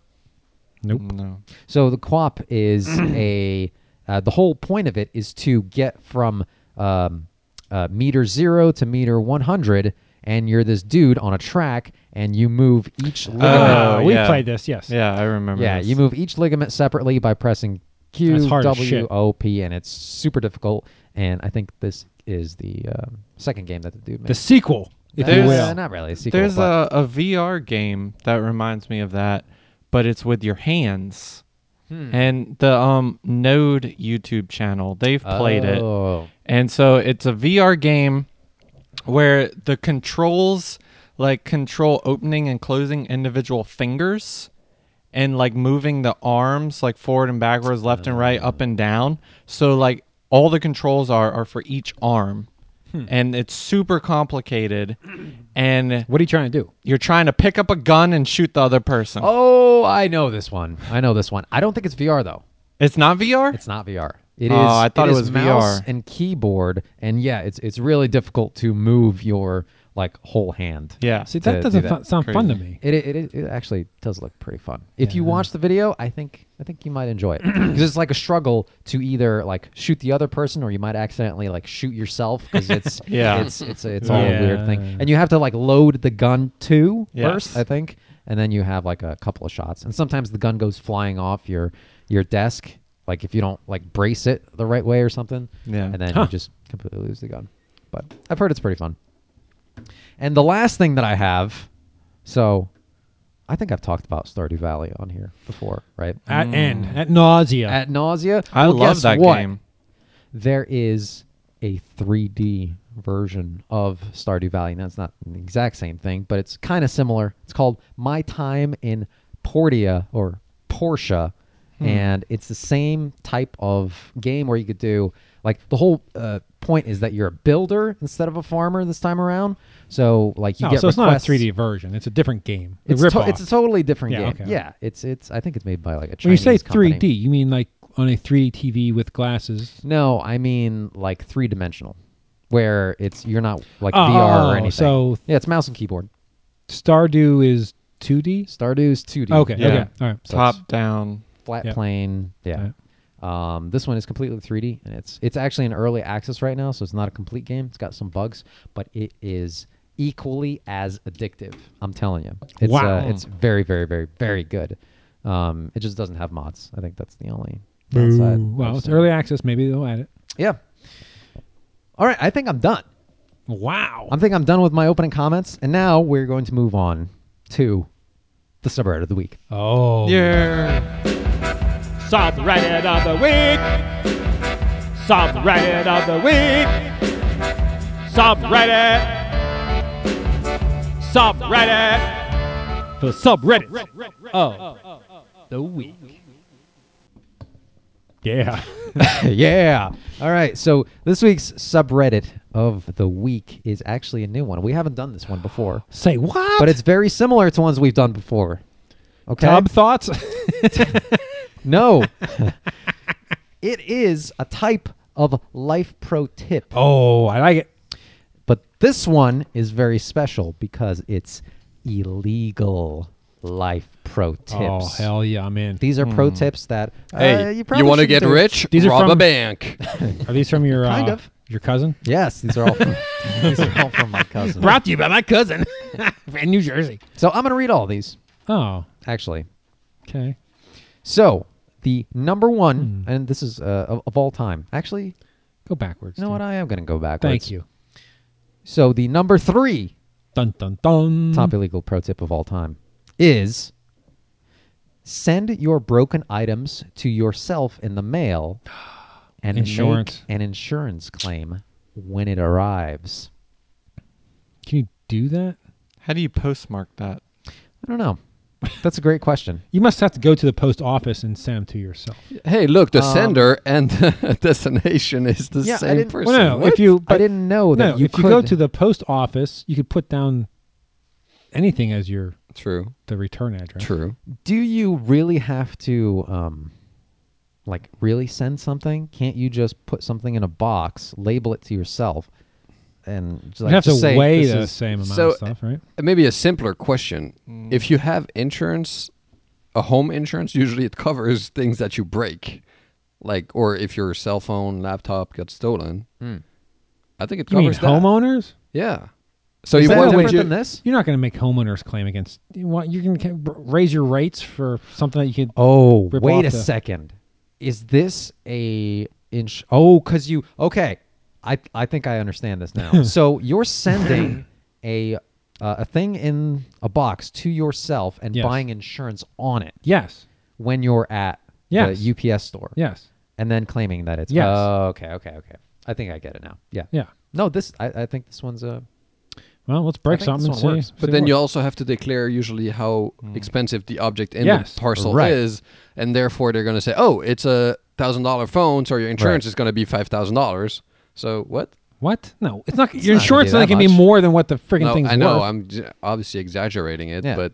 Nope. No. So the co-op is a uh, the whole point of it is to get from um, uh, meter zero to meter one hundred, and you're this dude on a track, and you move Ah, each ligament. Oh, we yeah. played this. Yes. Yeah, I remember. Uh, yeah, this. you move each ligament separately by pressing Q That's hard as W shit. O P, and it's super difficult. And I think this is the um, second game that the dude made. The sequel, if you There's- uh, will. not really a sequel. There's uh, but- a, a VR game that reminds me of that, but it's with your hands. Hmm. And the um Node YouTube channel, they've played it. Oh. And so it's a VR game where the controls like control opening and closing individual fingers and like moving the arms like forward and backwards, left and right, up and down. So like all the controls are are for each arm. Hmm. And it's super complicated and What are you trying to do? you're trying to pick up a gun and shoot the other person. Oh, I know this one. I know this one. I don't think it's VR though. It's not VR? It's not VR. It is. Oh, I thought it is was mouse VR. and keyboard, and yeah, it's it's really difficult to move your like whole hand. Yeah. See, to that do doesn't that. fu- sound fun to Crazy. me. It, it, it, it actually does look pretty fun. If you Yeah. watch the video, I think I think you might enjoy it because it's like a struggle to either like shoot the other person or you might accidentally like shoot yourself because it's Yeah. it's it's it's all a weird thing. Yeah. And you have to like load the gun too first, Yes. I think, and then you have like a couple of shots. And sometimes the gun goes flying off your your desk, like if you don't like brace it the right way or something. Yeah. and then Huh. you just completely lose the gun. But I've heard it's pretty fun. And the last thing that I have, so I think I've talked about Stardew Valley on here before, right? At end, at nausea. Mm. At nausea. I Well, love guess that what? game. There is a 3D version of Stardew Valley. Now it's not the exact same thing, but it's kind of similar. It's called My Time in Portia or Portia, Hmm. and it's the same type of game where you could do like the whole uh, point is that you're a builder instead of a farmer this time around. So like you no, get so it's not a requests- 3D version. It's a different game. A It's, to- ripoff. it's a totally different Yeah, game. okay. Yeah, it's it's. I think it's made by like a when you Chinese say company. 3D, you mean like on a 3D TV with glasses. No, I mean like three dimensional, where it's you're not like Oh, VR or anything. so- yeah, it's mouse and keyboard. Stardew is 2D. Stardew's 2D. Okay, Yeah. okay, all right. So it's Top down. flat yeah. plane. Yeah. Yeah. Um, this one is completely 3D, and it's it's actually in early access right now, so it's not a complete game. It's got some bugs, but it is equally as addictive. I'm telling you, it's Wow. uh, it's very very very very good. Um, it just doesn't have mods. I think that's the only. downside Ooh, I've well, it's seen. early access. Maybe they'll add it. Yeah. All right, I think I'm done. Wow. I think I'm done with my opening comments, and now we're going to move on to the subreddit of the week. oh, Yeah. Subreddit of the week. Subreddit of the week. Subreddit. Subreddit. The subreddit. Oh. The week. Yeah. Oh. yeah. All right. So this week's subreddit of the week is actually a new one. We haven't done this one before, Say what? but it's very similar to ones we've done before. Okay. Tub thoughts. No. it is a type of life pro tip. oh, I like it. But this one is very special because it's illegal life pro tips. Oh hell yeah, I'm in. These are pro tips that uh, Hey, you, you, probably want to shouldn't get do. rich? These are Rob a from- bank. Are these from your Kind uh, of. your cousin? Yes, these are all from, these are all from my cousin. Brought to you by my cousin in New Jersey. So I'm going to read all these Oh, actually. okay. So the number one, and this is uh, of, of all time. Actually, Go backwards. you know what? dude. I am going to go backwards. Thank you. So the number three Dun dun dun. top illegal pro tip of all time is send your broken items to yourself in the mail and Insurance. make an insurance claim when it arrives. Can you do that? How do you postmark that? I don't know. That's a great question. You must have to go to the post office and send them to yourself. Hey, look, the Um, sender and the destination is the Yeah, I same didn't- person. Well, no, no, if What? you I but- didn't know Oh, that no, you if could you go to the post office, you could put down anything as your true, the return address. true. do you really have to um like really send something can't you just put something in a box label it to yourself and just, You like, have to just say, weigh this the is- same amount so- of stuff, right? And Maybe a simpler question: Hmm. If you have insurance, a home insurance, usually it covers things that you break, like or if your cell phone, laptop got stolen. Hmm. I think it You mean covers that. homeowners? Yeah. So is you that why want different would to you- than this You're not going to make homeowners claim against you. Want, you can ca- raise your rates for something that you could. oh Rip wait off a the- second is this a inch oh because you okay i i think i understand this now so you're sending a uh, a thing in a box to yourself and Yes. buying insurance on it Yes, when you're at Yes. the UPS store. yes, and then claiming that it's Yes. oh, okay, okay, okay. I think I get it now. Yeah. yeah. No, this I, I think this one's a Well, let's break think something and this see. one works. see But then what- you also have to declare usually how expensive the object in Yes, the parcel Mm. right. is, and therefore they're going to say, "Oh, it's a thousand dollar phone, so your insurance Right. is going to be five thousand dollars." So what? what? No, it's not. your not gonna insurance be that only can be much. more than what the freaking No, thing's I know worth. I'm j- obviously exaggerating it, Yeah. but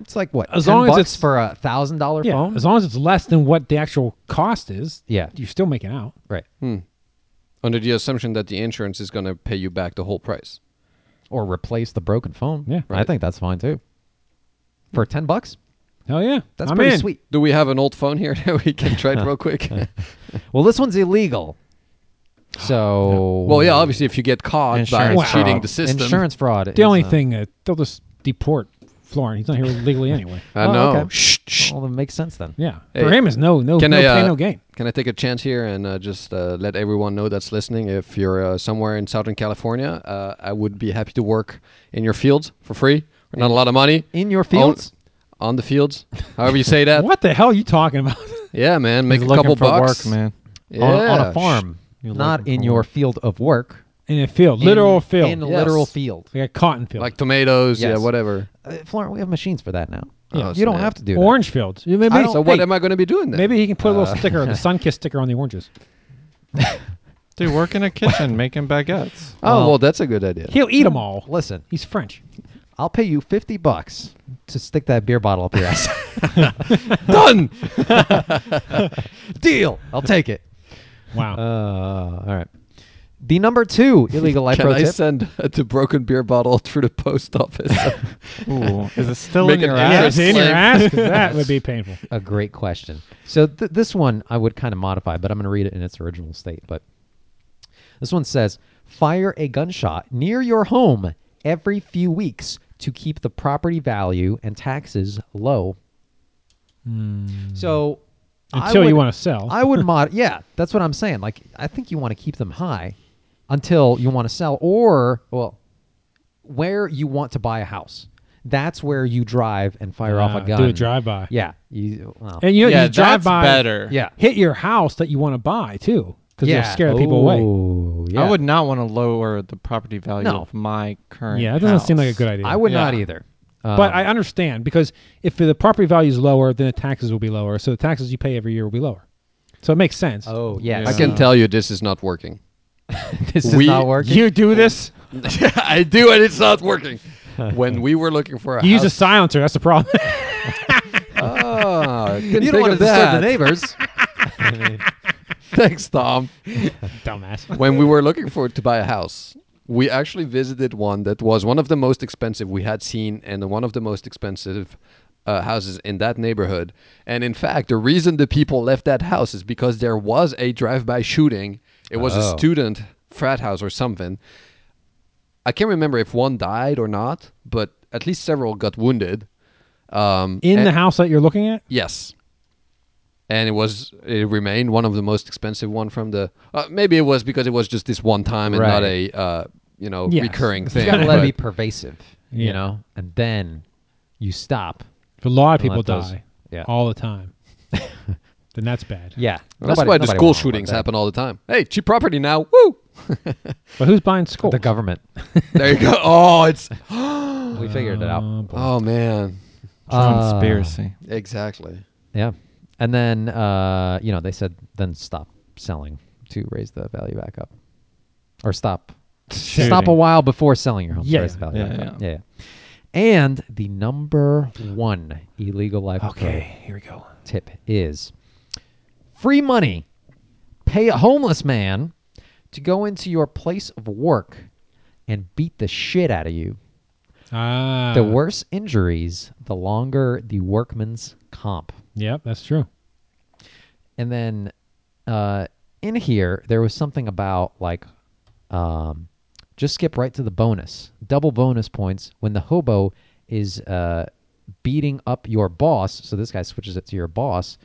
it's like what As 10 long as bucks it's- for a thousand dollar yeah, phone. as long as it's less than what the actual cost is, Yeah. you're still making out. right. under the assumption that the insurance is going to pay you back the whole price. or replace the broken phone. Yeah. I think that's fine too. For ten bucks, Hell yeah. that's I'm pretty in. sweet. Do we have an old phone here that we can try it real quick? Well, this one's illegal. So well, yeah, obviously, if you get caught Insurance by fraud. cheating the system, insurance fraud. is, The only uh, thing that they'll just deport Florin. He's not here legally anyway. I Oh, know. okay. Shh, shh. Well, that makes sense then. Yeah. Hey, For him, it's no, no, Can Oh, no I pain, uh, no gain. Can I take a chance here and uh, just uh, let everyone know that's listening? If you're uh, somewhere in Southern California, uh, I would be happy to work in your fields for free. Not a lot of money. In your Own- fields? on the fields, however you say that. What the hell are you talking about? Yeah, man. Make He's a looking couple for bucks, work, man. Yeah. on, on a farm, Oh, You're not looking in for your work. field of work. oh, In a field, literal in, field, In a Yes. literal field. like a cotton field, like tomatoes. Yeah, Yes. whatever. Uh, Florent, we have machines for that now. Yeah. you don't snap. have to do orange fields. Maybe, I don't- So what hey. am uh, I uh, going to be doing then? maybe he can put a little sticker, the sun kiss sticker on the oranges. Dude, work in a kitchen making baguettes. Oh well, well- that's a good idea. He'll eat them all. that. Listen, He's French. I'll pay you 50 bucks to stick that beer bottle up your ass. Done. Deal. I'll take it. Wow. Uh, all right. The number two illegal life Can pro I tip. send a the broken beer bottle through the post office? Ooh, is it still Make in your an yeah, it's entrance. ass? in your like- ass. 'cause That would be painful. a great question. So th- this one I would kind of modify, but I'm going to read it in its original state. But this one says, "Fire a gunshot near your home every few weeks to keep the property value and taxes low." So I Hmm. Until you would- want to sell. I would mod. Yeah, that's what I'm saying. Like, I think you want to keep them high until you want to sell, or well, where you want to buy a house. That's where you drive and fire Ah, off do a gun. a drive-by. Yeah. You, well, and you know, you drive that's by, better. yeah. hit your house that you want to buy too, because yeah. you'll scare the people away. Oh, yeah. I would not want to lower the property value No. of my current. Yeah, that doesn't seem like a good house. idea. I would not Yeah. either. Uh, but I understand because if the property value is lower, then the taxes will be lower. So the taxes you pay every year will be lower. So it makes sense. oh yes. I can tell you this is not working. this is we- not working. you do this. I do, and it's not working. when we were looking for a You use a house, silencer. That's the problem. oh, You don't want to disturb the neighbors. Thanks, Tom. Dumbass. when we were looking for to buy a house, we actually visited one that was one of the most expensive we had seen, and one of the most expensive uh, houses in that neighborhood. And in fact, the reason the people left that house is because there was a drive-by shooting. It was Oh. a student frat house or something. I can't remember if one died or not, but at least several got wounded. Um, In and- the house that you're looking at, Yes. And it was it remained one of the most expensive one from the uh, maybe it was because it was just this one time and not a Right. uh, you know Yes. recurring You thing. gotta let it be but- pervasive, Yeah. you know, and then you stop. if a lot of Don't people let those- die yeah. all the time, then that's bad. Yeah, that's Nobody- why the nobody school wants to let shootings that- happen all the time. Hey, cheap property now. Woo! But who's buying school? The government. There you go. Oh, it's we figured it out. Um, Uh, oh man. Conspiracy. Exactly. Yeah. And then, uh, you know, they said then stop selling to raise the value back up, or stop, stop a Shooting. while before selling your home. to Yeah, raise the value yeah, back up. yeah. yeah. yeah. And the number one illegal life okay, here we go. pro tip is free money. Pay a homeless man to go into your place of work and beat the shit out of you. Ah, Uh. The worse injuries, the longer the workman's comp. Yep, that's true. And then uh, in here, there was something about like um, just skip right to the bonus. Double bonus points when the hobo is uh, beating up your boss. So this guy switches it to your boss.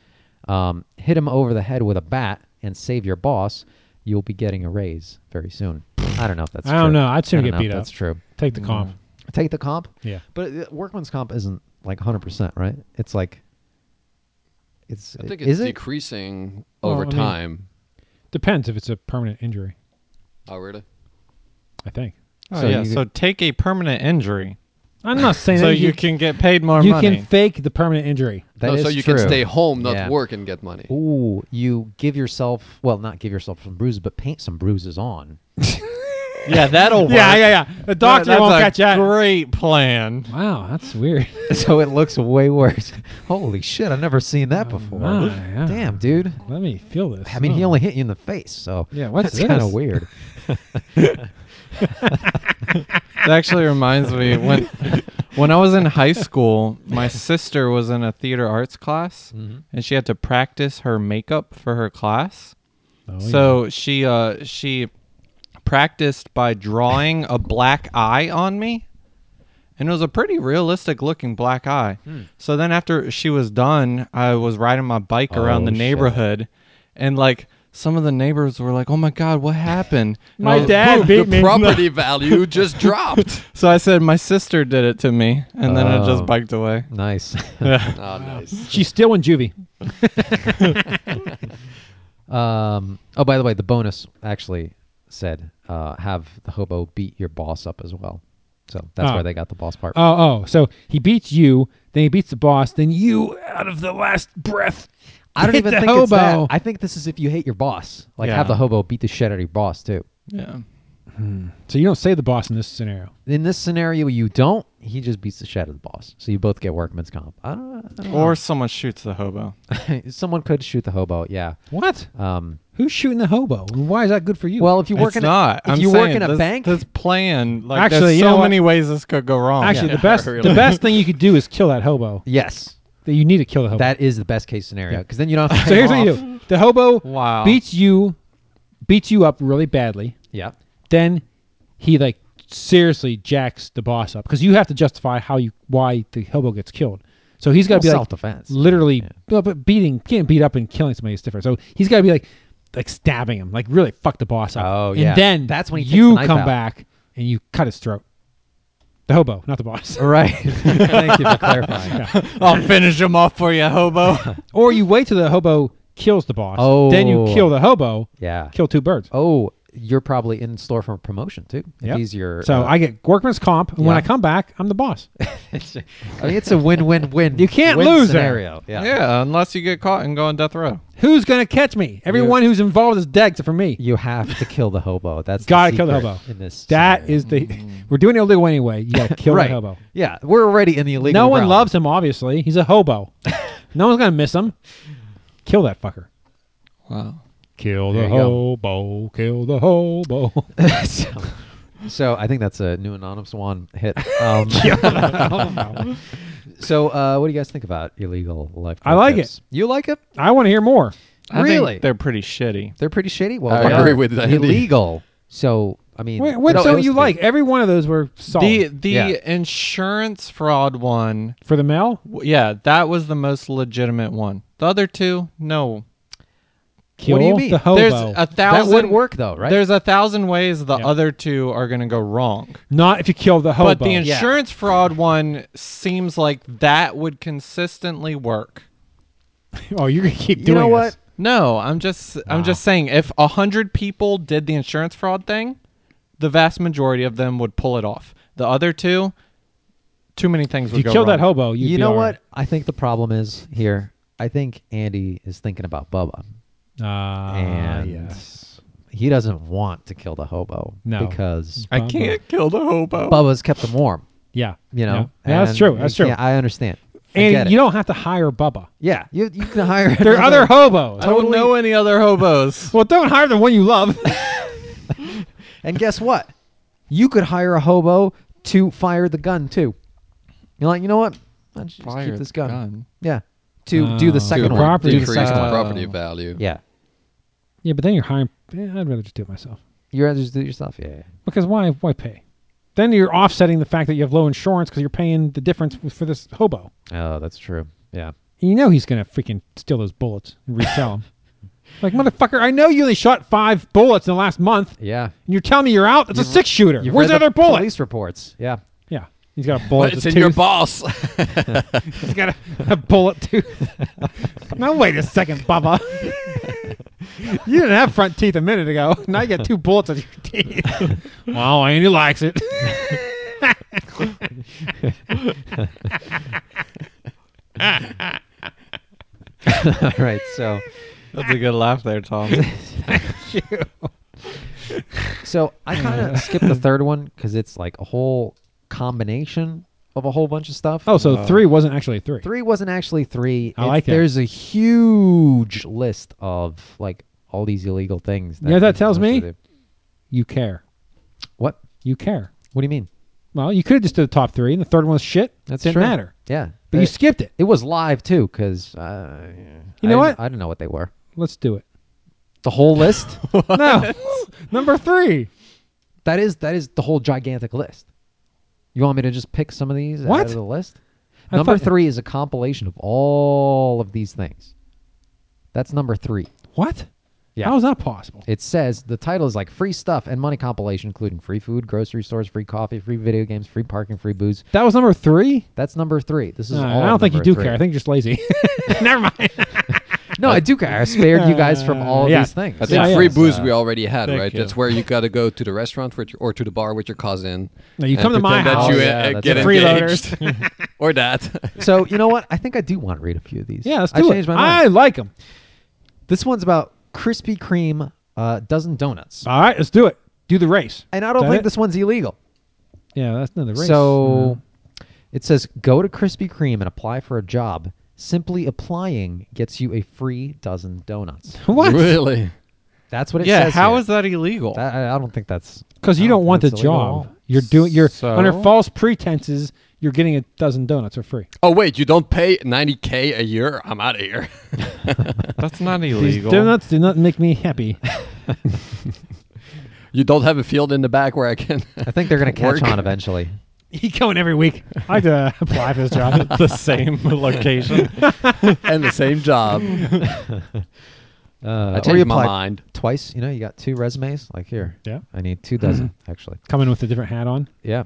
Um, hit him over the head with a bat and save your boss. You'll be getting a raise very soon. I don't know if that's I don't true. know. I'd sooner I don't get know if beat up. That's true. Take the Mm. comp. Take the comp. Yeah. But uh, workman's comp isn't like 100%, right? It's like. It's, I think it's is it? decreasing Well, over I mean- time. Depends if it's a permanent injury. Oh really? I think. Oh, So yeah. you- So take a permanent injury, I'm not saying so that you can get paid more you money. can fake the permanent injury. That no, is so you true. can stay home, not Yeah. work, and get money. Ooh, you give yourself well, not give yourself some bruises, but paint some bruises on. yeah, that'll work. Yeah, yeah, yeah. The doctor That- won't that's a catch that. Great plan. wow, that's weird. so it looks way worse. Holy shit, I've never seen that before. my, yeah. Damn, dude. Let me feel this. I mean, he Oh. only hit you in the face, so Yeah, what's that's kind this? of weird. That actually reminds me when when I was in high school, my sister was in a theater arts class and she had to practice her makeup for her class. so she uh she practiced by drawing a black eye on me. And it was a pretty realistic looking black eye. So then after she was done, I was riding my bike around Oh, the shit. neighborhood and like some of the neighbors were like, "Oh my god, what happened?" And I Oh, My was- dad beat the me. property value just dropped. So I said my sister did it to me, and then I Oh. just biked away. Nice. Oh, nice. She's still in juvie. Um, oh, by the way, the bonus actually said uh, have the hobo beat your boss up as well. So that's Oh. where they got the boss part. Oh, oh. So he beats you, then he beats the boss, then you, out of the last breath, I don't hit even the think it's that. hobo. I think this is if you hate your boss. Like Yeah. have the hobo beat the shit out of your boss too. Yeah. so you don't say the boss in this scenario. In this scenario, you don't. He just beats the shit out of the boss. So you both get workman's comp. I don't, I Or someone shoots the hobo. don't- someone could shoot the hobo. Yeah. What? Um, Who's shooting the hobo? And why is that good for you? well, if you work it's in not. a, if I'm you work saying in a this- bank, This plan, like, Actually, there's you so know what? many ways this could go wrong. actually, Yeah. the best the best thing you could do is kill that hobo. yes, That you need to kill the hobo. that is the best case scenario because then you don't. Have to so pay here's him what you off. do: the hobo Wow. beats you, beats you up really badly. Yeah. Then he like seriously jacks the boss up because you have to justify how you why the hobo gets killed. So he's got to be like self defense. literally no, but beating getting beat up and killing somebody is different. So he's got to be like like stabbing him, like really fuck the boss up. Oh, and yeah. then That's when he takes you the knife come out. back and you cut his throat. The hobo, not the boss. Right. Thank you for clarifying. I'll finish him off for you, hobo. or you wait till the hobo kills the boss. Then you Oh. kill the hobo. Yeah. Kill two birds. Oh, you're probably in store for promotion too. Yep. If he's your So uh, I get workman's comp, and when yeah. I come back, I'm the boss. I mean, it's a win-win-win. You can't win lose there. scenario. Yeah. yeah, unless you get caught and go on death row. Who's gonna catch me? Everyone who's involved is dead except for me. You have to kill the hobo. That's the Gotta kill the secret hobo. In this, That scenario. is the we're doing it illegal anyway. You gotta kill Mm. right. the hobo. Yeah, we're already in the illegal. No one realm. loves him. Obviously, he's a hobo. no one's gonna miss him. Kill that fucker. Wow. Kill There the you go. hobo. Kill the hobo. so, so I think that's a new anonymous one hit. Um, so uh, what do you guys think about illegal life? I like tips? You like it? I want to hear more. I think really? they're pretty shitty. They're pretty shitty. Well, I they're agree with Andy. Illegal. So I mean, Wait, what No, don't it you was- like? Every one of those were solid The the Yeah. insurance fraud one, for the mail. w- yeah, that was the most legitimate one. The other two, no. Kill do you mean? the hobo. There's a that thousand would work though, right? There's a thousand ways the Yeah. other two are gonna go wrong. Not if you kill the hobo. But the insurance fraud one seems like that would consistently work. oh, you're gonna keep you doing know this. what? No, I'm just I'm just saying if a hundred people did the insurance fraud thing, the vast majority of them would pull it off. The other two, too many things would If you go kill that wrong. hobo, you'd you be know all what? right. I think the problem is here. I think Andy is thinking about Bubba, Ah, and he doesn't want to kill the hobo No. because I can't kill the hobo. Bubba's kept him warm. Yeah, You know, Yeah. Yeah, that's and true. he That's true. can't- I understand. I get and it. you don't have to hire Bubba. yeah, you, you can hire. There are other another- hobos. I don't know any other hobos. Well, don't hire the one you love. and guess what? You could hire a hobo to fire the gun too. You're like, you know what? I'll just Fire keep this the gun. gun? Yeah, to do the Oh. second To one. property Do the Decrease second the one. property value. Yeah, yeah, but then you're hiring. eh, I'd rather just do it myself. you rather just do it yourself. Yeah, yeah. Because why why pay? Then you're offsetting the fact that you have low insurance because you're paying the difference w- for this hobo. Oh, that's true. Yeah. You know he's gonna freaking steal those bullets and resell them. like motherfucker, I know you only shot five bullets in the last month, and Yeah. you're telling me you're out. That's a You've- six shooter. You've Where's the read other bullet? Police reports. Yeah. Yeah, he's got a bullet. But in it's his in your tooth. boss. he's got a, a bullet tooth. now wait a second, Bubba. you didn't have front teeth a minute ago. Now you got two bullets on your teeth. well, Andy likes it. All right. So, That's a good laugh there, Tom. so I kind of skipped the third one because it's like a whole combination of a whole bunch of stuff. Oh, so three wasn't actually three. three wasn't actually three. I like that. There's a huge list of like all these illegal things. You know what that people tells mostly me? do. You care. What? You care. What do you mean? Well, you could have just did the top three, and the third one was shit. That's didn't true. matter. Yeah, But you it, skipped it. it was live too, because uh, You know I what? didn't- I don't know what they were. Let's do it. The whole list. No, number three. that is that is the whole gigantic list. You want me to just pick some of these out What? of the list? I number thought- three is a compilation of all of these things. That's number three. What? Yeah. How is that possible? It says the title is like free stuff and money compilation, including free food, grocery stores, free coffee, free video games, free parking, free booze. That was number three. That's number three. This is No, all. Uh, I don't of think you number do three. care. I think you're just lazy. Never mind. no, I do care. I spared you guys from all of yeah. these things. I think Yeah, free yeah. booze we already had, Thank right? you. That's where you got to go to the restaurant with your, or to the bar with your cousin. No, you and come to my pretend that house. you, Oh, yeah, uh, that's get right. engaged. Freeloaders. or that. so. You know what? I think I do want to read a few of these. yeah, let's I do it. changed my mind. I like them. This one's about Krispy Kreme uh, dozen donuts, All right, let's do it. Do the race. and I don't that think it? this one's illegal. Yeah, that's another race. So Mm-hmm. it says go to Krispy Kreme and apply for a job. Simply applying gets you a free dozen donuts. Uh, what? Really? That's what it yeah, says. how here. is that illegal? That, I, I don't think that's Because you I don't don't want the think it's illegal at job. all. You're doing. You're under So? false pretenses. You're getting a dozen donuts for free. Oh wait, you don't pay 90k a year? I'm out of here. That's not These illegal. donuts do not make me happy. You don't have a field in the back where I can. I think they're going to catch Work. on eventually. He going every week. I had to apply for this job. the same location. and the same job. Uh, I or changed you my apply mind. Twice, you know, you got two resumes. Like here, Yeah. I need two dozen Mm-hmm. actually. Coming with a different hat on. Yeah.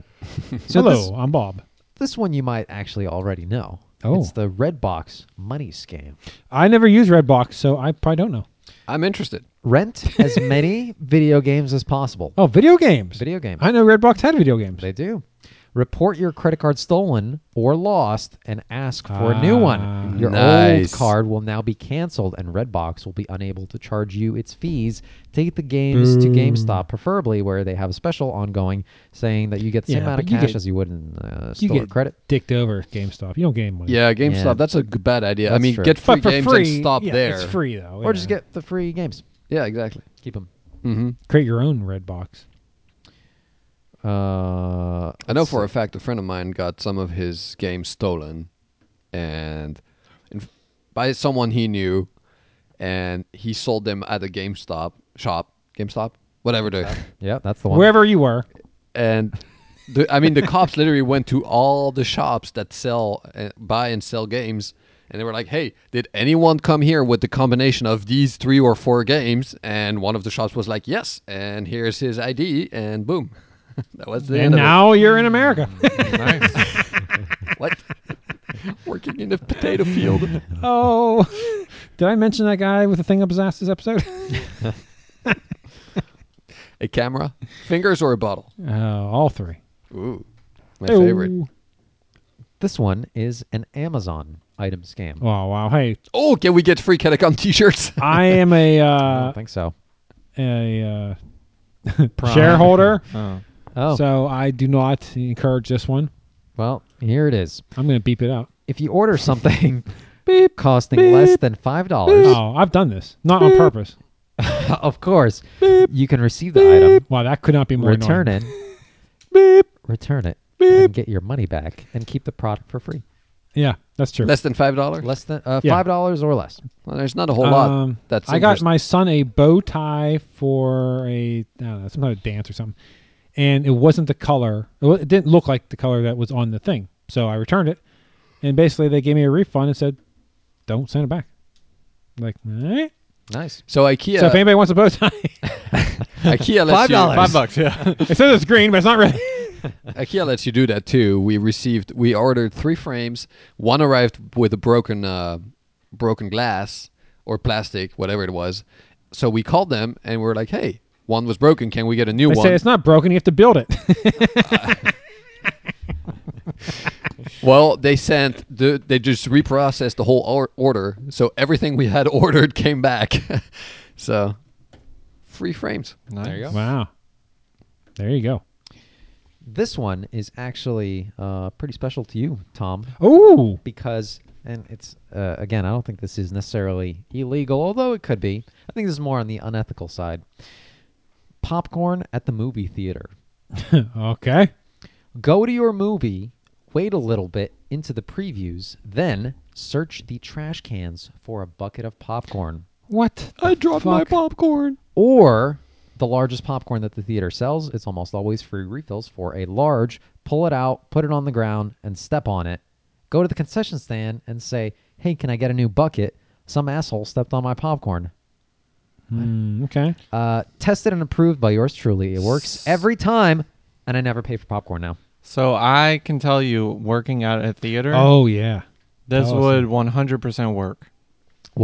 Hello, This, I'm Bob. this one you might actually already know. Oh. it's the Redbox money scam. I never use Redbox, so I probably don't know. I'm interested. Rent as many video games as possible. Oh, video games. Video games. I know Redbox had video games. They do. Report your credit card stolen or lost and ask for a new one. Ah. Your Nice. old card will now be canceled and Redbox will be unable to charge you its fees. Take the games to GameStop, preferably where they have a special ongoing saying that you get the same Yeah, amount of but you cash get- as you would in uh, you store get credit. dicked over GameStop. You don't gain money. Yeah, GameStop. Yeah. That's a g- bad idea. I That's mean, true. get free but for games free, and stop yeah, there. It's free though. Or just yeah. get the free games. Yeah, exactly. Keep them. Mm-hmm. create your own Redbox. Uh, I know let's for a see. fact a friend of mine got some of his games stolen, and in, f- by someone he knew, and he sold them at a GameStop shop, GameStop, whatever the, Yeah, that's the one. Wherever you were, and the, I mean the cops literally went to all the shops that sell, uh, buy and sell games, and they were like, "Hey, did anyone come here with the combination of these three or four games?" And one of the shops was like, "Yes," and here's his ID, and boom, that was the and end of it. now you're in America. nice. What? Working in a potato field. oh, did I mention that guy with the thing up his ass this episode? A camera? Fingers or a bottle? uh, all three. Ooh. My Oh. favorite. This one is an Amazon item scam. Oh wow! Hey, Oh, can we get free catacomb t shirts? I am a I uh, don't think so. a uh, shareholder, Oh. Oh, so I do not encourage this one. well, here it is. I'm going to beep it out. if you order something costing less than five dollars, Oh, I've done this not on purpose. of course, you can receive the item, Wow, that could not be more return annoying. it, return it, and get your money back, and keep the product for free. Yeah, that's true. Less than five dollars? Less than uh, Yeah. five dollars or less. Well, there's not a whole lot. Um, That's I got interest- my son a bow tie for a I don't know, some kind of dance or something, and it wasn't the color. It wa- it didn't look like the color that was on the thing, so I returned it, and basically they gave me a refund and said, "Don't send it back." I'm like, all right. Nice. So IKEA So if anybody wants a bow tie, IKEA lets you $5. Five bucks, yeah. it says it's green, but it's not red. IKEA lets you do that too. We received we ordered three frames. One arrived with a broken uh, broken glass or plastic, whatever it was. So we called them and we were like, Hey, one was broken, can we get a new They one? say it's not broken; you have to build it. Well, they sent the they just reprocessed the whole or- order, so everything we had ordered came back. so free frames. There you go. wow, there you go. This one is actually uh, pretty special to you, Tom, Oh, because and it's uh, again, I don't think this is necessarily illegal, although it could be. I think this is more on the unethical side. Popcorn at the movie theater. okay. Go to your movie, wait a little bit into the previews, then search the trash cans for a bucket of popcorn What? I dropped my Fuck. popcorn. or the largest popcorn that the theater sells. It's almost always free refills for a large. Pull it out, put it on the ground, and step on it. Go to the concession stand and say, "Hey, can I get a new bucket? Some asshole stepped on my popcorn." Hmm. Mm, okay. Uh, tested and approved by yours truly. It works every time, and I never pay for popcorn now. So I can tell you, working out at a theater, Oh yeah. this awesome. would 100% work.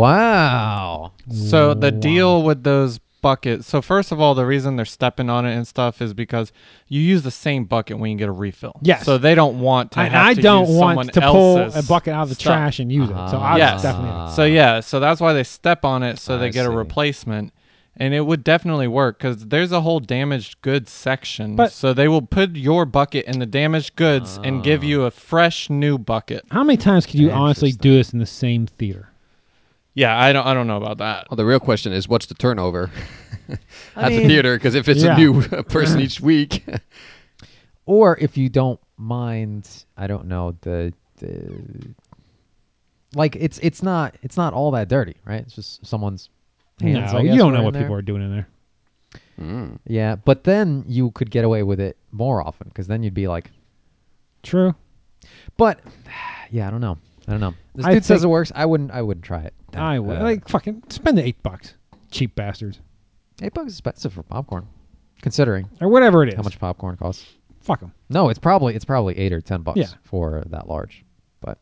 Wow. So the deal with those buckets. So first of all, the reason they're stepping on it and stuff is because you use the same bucket when you get a refill. Yes. So they don't want to. I, have I to don't use want someone to pull a else's bucket out of the stuff. Ah. trash and use it. So I Yes. was definitely. So yeah, so that's why they step on it so Ah. I they get a see. replacement. And it would definitely work because there's a whole damaged goods section. But- so they will put your bucket in the damaged goods and Ah. give you a fresh new bucket. How many times could you honestly do this in the same theater? Yeah, I don't I don't know about that. Well, the real question is, what's the turnover at the mean- theater? Because if it's Yeah. a new person each week, Or if you don't mind, I don't know the, the like it's it's not it's not all that dirty, right? It's just someone's hands. no, I you guess, don't were know in what there. people are doing in there. Yeah, but then you could get away with it more often because then you'd be like, True. but yeah, I don't know, I don't know. This I dude says think- it works. I wouldn't I wouldn't try it. then. I would Uh, like fucking spend the eight bucks, cheap bastards, eight bucks is expensive for popcorn, considering or whatever it is. how much popcorn costs. Fuck them. No, it's probably it's probably eight or ten bucks Yeah. for that large. But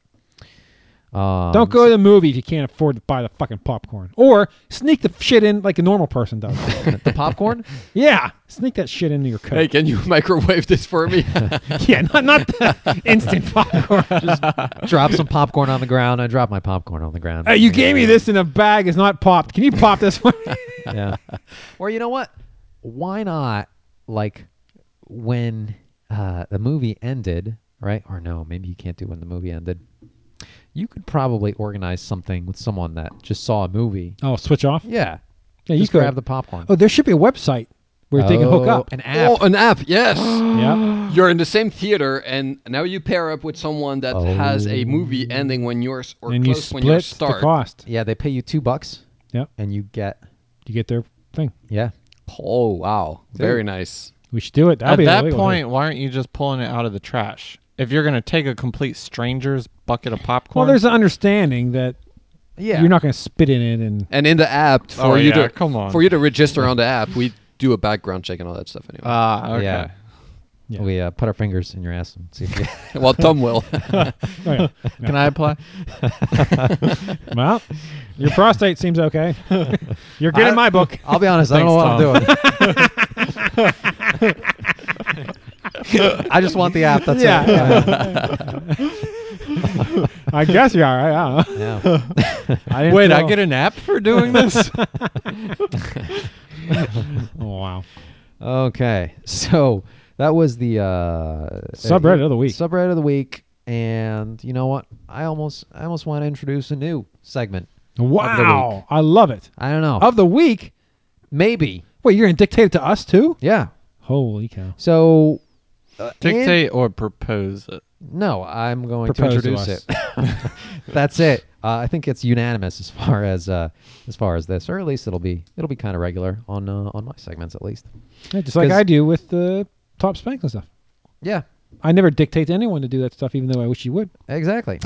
um, Don't go to the movie if you can't afford to buy the fucking popcorn, or sneak the shit in like a normal person does. the popcorn. yeah, sneak that shit into your hey, coat. can you microwave this for me? yeah, not not the instant popcorn. drop some popcorn on the ground. I drop my popcorn on the ground. Hey, you gave me this in a bag. It's not popped. Can you pop this one? Yeah. or you know what? Why not? Like when uh, the movie ended, right? Or no, maybe you can't do when the movie ended. You could probably organize something with someone that just saw a movie. oh, switch off. Yeah. Yeah, you just could. grab the popcorn. Oh, there should be a website where they can hook Oh, up. An app. oh, an app, yes. Oh. yeah. You're in the same theater, and now you pair up with someone that has a movie ending when yours or And Oh. you close when yours split the start. cost. Yeah, they pay you two bucks Yep. and you get You get their thing. yeah. Oh wow, very nice. We should do it. That'd At be that illegal. point, why aren't you just pulling it out of the trash? If you're gonna take a complete stranger's bucket of popcorn, Well, there's an understanding that Yeah. you're not going to spit in it and And in the app for Oh, you yeah, to come on. for you to register on the app, we do a background check and all that stuff anyway. ah okay. Yeah. Yeah. We uh, put our fingers in your ass and see if you well, Tom will. Oh, yeah. Can I apply? well, your prostate seems okay. You're good in my book. I'll be honest. I don't know what I'm doing. I just want the app. That's yeah. I guess you're all right. I don't know. it. Yeah. I didn't Wait, feel- I get an app for doing this? Oh, wow. Okay. So that was the uh, Subreddit of the week. Subreddit of the week. And you know what? I almost, I almost want to introduce a new segment. Wow. I love it. I don't know. Of the week? Maybe. Wait, you're going to dictate it to us too? Yeah. Holy cow. So uh, Dictate or propose it. No, I'm going Propose to to introduce us. it. That's it. Uh, I think it's unanimous as far as uh, as far as this, or at least it'll be it'll be kind of regular on uh, on my segments at least. Yeah, just like 'Cause- I do with the top spanks and stuff. Yeah, I never dictate to anyone to do that stuff, even though I wish you would. exactly.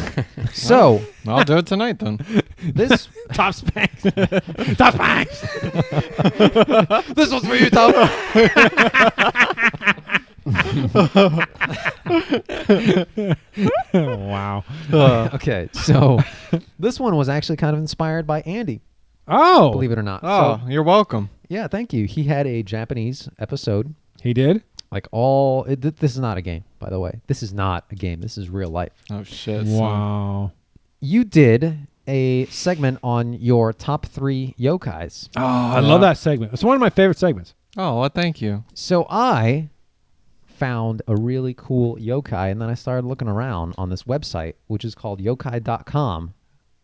so I'll do it tonight then. this Top spanks. top spanks. this one's for you, Tom. wow. Uh. okay, so this one was actually kind of inspired by Andy, Oh. believe it or not. Oh, So, you're welcome. yeah, thank you. He had a Japanese episode. He did? Like all, it, th- this is not a game, by the way. This is not a game. This is real life. Oh shit. son. Wow. you did a segment on your top three yokais. Oh, I love that segment. It's one of my favorite segments. Oh well, thank you. So I found a really cool yokai, and then I started looking around on this website, which is called yokai.com,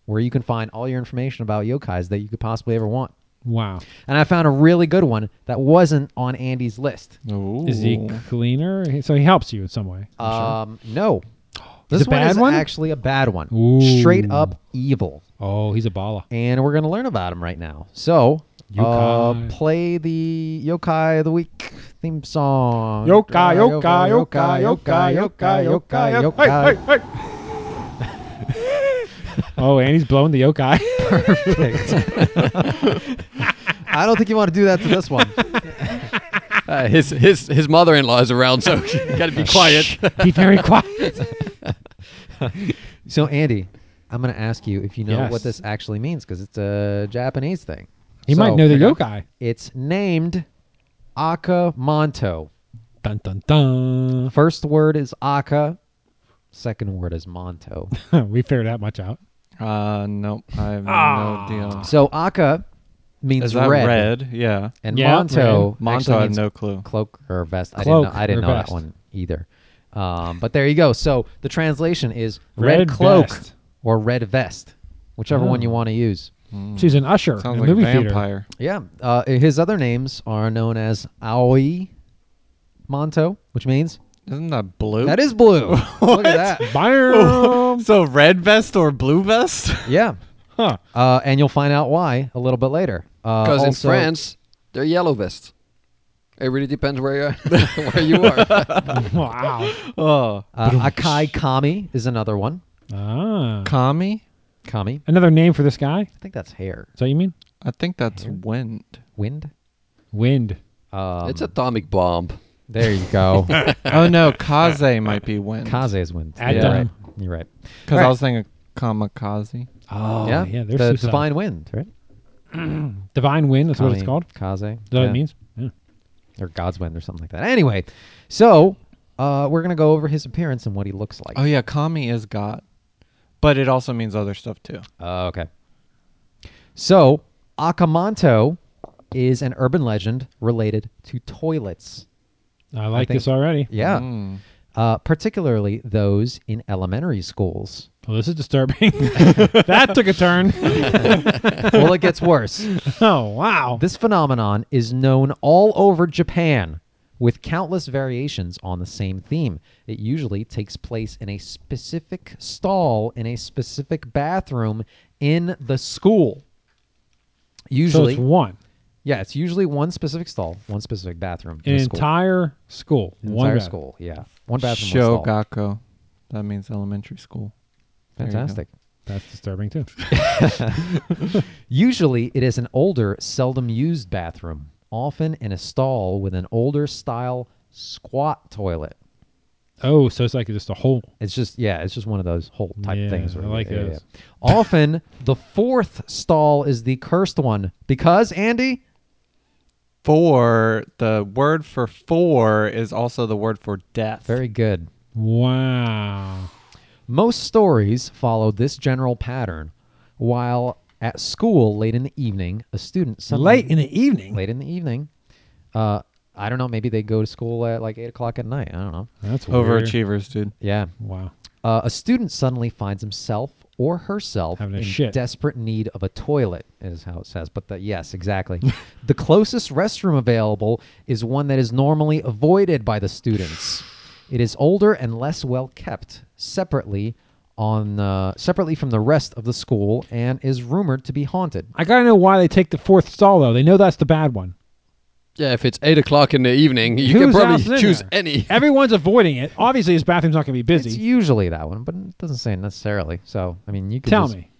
where you can find all your information about yokais that you could possibly ever want. Wow. And I found a really good one that wasn't on Andy's list. Is he cleaner? He- So he helps you in some way. Um, no. Is This it one bad is one? actually a bad one. Ooh. Straight up evil. Oh, he's a baller. And we're going to learn about him right now. So, uh, Yokai. play the Yokai of the Week theme song. Yokai, yokai, yokai, yokai, yokai, yokai, yokai. hey, hey. oh, and he's blowing the yokai. I don't think you want to do that to this one. Uh, his his his mother-in-law is around, so you got to be quiet. Uh, Be very quiet. so, Andy, I'm going to ask you if you know Yes. what this actually means because it's a Japanese thing. He So- might know the yokai. It's named Akamanto. Dun dun dun. First word is Aka, second word is Monto. we figured that much out. Uh, nope. I have Ah. no deal. So Aka means Is that red, red? Yeah. and Yeah, Monto Monto, actually I have means no clue. cloak or vest. Cloak or I didn't know, I didn't know vest. that one either. Um, but there you go. So the translation is red, Red cloak vest. Oh. or red vest, whichever one you want to use. She's an usher Sounds in Mm. like a a movie theater. vampire. Yeah. Uh, his other names are known as Aoi Monto, which means Isn't that blue? that is blue. Look at that. Bam. So red vest or blue vest? Yeah. huh. Uh, and you'll find out why a little bit later. Uh, Because Because in France, they're yellow vests. It really depends where you are. where you are. Wow. oh, uh, Akai Kami is another one. Ah. kami. Kami, Another name for this guy? Is I think that's hair. that what you mean? I think that's wind. Wind. Wind. Um, it's atomic bomb. there you go. oh no, kaze might be wind. Kaze is wind. Adam. You're right. You're right. Because I Right. was thinking kamikaze. Oh, yeah. yeah. yeah the there's suicide. divine wind, right? Divine Wind. That's what it's Kami, called. Kaze. Is that what yeah. it means? Yeah. Or God's wind, or something like that. Anyway, so uh, we're gonna go over his appearance and what he looks like. Oh yeah, kami is god, but it also means other stuff too. Oh, okay. So, Akamanto is an urban legend related to toilets. I like think- this already. Yeah. Hmm. Mm. Uh, particularly those in elementary schools. Well, this is disturbing. that took a turn. well, it gets worse. oh, wow. This phenomenon is known all over Japan with countless variations on the same theme. It usually takes place in a specific stall in a specific bathroom in the school. so Usually, it's one. yeah, it's usually one specific stall, one specific bathroom. An in the school. entire school. An one entire bathroom. school. Yeah, one bathroom. one stall. Shogako. That means elementary school. There you go. Fantastic. That's disturbing, too. Usually, it is an older, seldom used bathroom, often in a stall with an older style squat toilet. oh, so it's like just a whole. It's just yeah, it's just one of those whole type Yeah, things. I where- like yeah, yeah, those. yeah. Often, the fourth stall is the cursed one because Andy. Four. The word for four is also the word for death. Very good. Wow. Most stories follow this general pattern. While at school late in the evening, a student suddenly, Late in the evening. late in the evening. Uh, I don't know. Maybe they go to school at like eight o'clock at night. I don't know. That's weird. Overachievers, dude. Yeah. Wow. Uh, a student suddenly finds himself or herself Having a in shit. desperate need of a toilet, is how it says. But the, yes, exactly. the closest restroom available is one that is normally avoided by the students. It is older and less well kept, separately on uh, separately from the rest of the school, and is rumored to be haunted. I gotta know why they take the fourth stall though. They know that's the bad one. Yeah, if it's eight o'clock in the evening, you Whose can house is in probably choose there? any. Everyone's avoiding it. Obviously, his bathroom's not gonna be It's busy. usually that one, but it doesn't say necessarily. So, I mean, you could Tell just- me.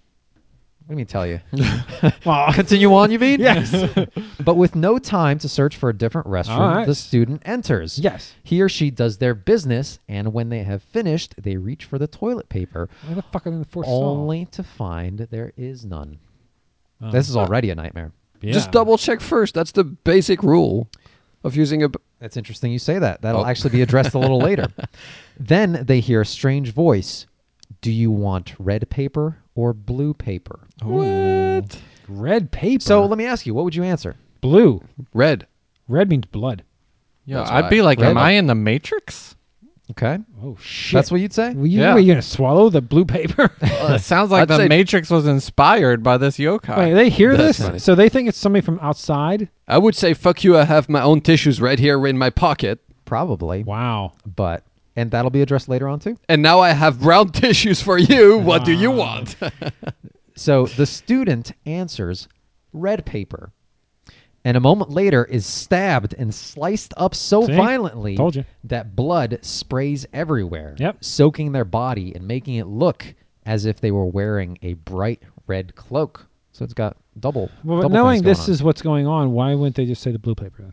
What do you mean tell you? Well, Continue on, you mean? yes, But with no time to search for a different restroom, All right. the student enters. yes. He or she does their business, and when they have finished, they reach for the toilet paper, Why the fuck are they in the fourth only to find there is none. stall? This is already a nightmare. Yeah. Just double check first. That's the basic rule of using a. b- That's interesting you say that. That'll Oh. actually be addressed a little later. Then they hear a strange voice Do you want red paper or blue paper? What? red paper. So let me ask you, what would you answer? blue. Red. Red means blood. Yeah, That's I'd why. be like, Red- am I in the Matrix? Okay. Oh shit! That's what you'd say? Were you, Yeah. were you gonna swallow the blue paper? Well, it sounds like I'd the say- Matrix was inspired by this yokai. Wait, they hear That's this, funny. so they think it's somebody from outside. I would say fuck you. I have my own tissues right here in my pocket, Probably. Wow. But and that'll be addressed later on too. and now I have brown tissues for you. What do Ah. you want? So the student answers red paper. And a moment later is stabbed and sliced up so See? violently Told you. that blood sprays everywhere, Yep. soaking their body and making it look as if they were wearing a bright red cloak. So it's got double. Well, double but things knowing going this on. is what's going on, why wouldn't they just say the blue paper? Then?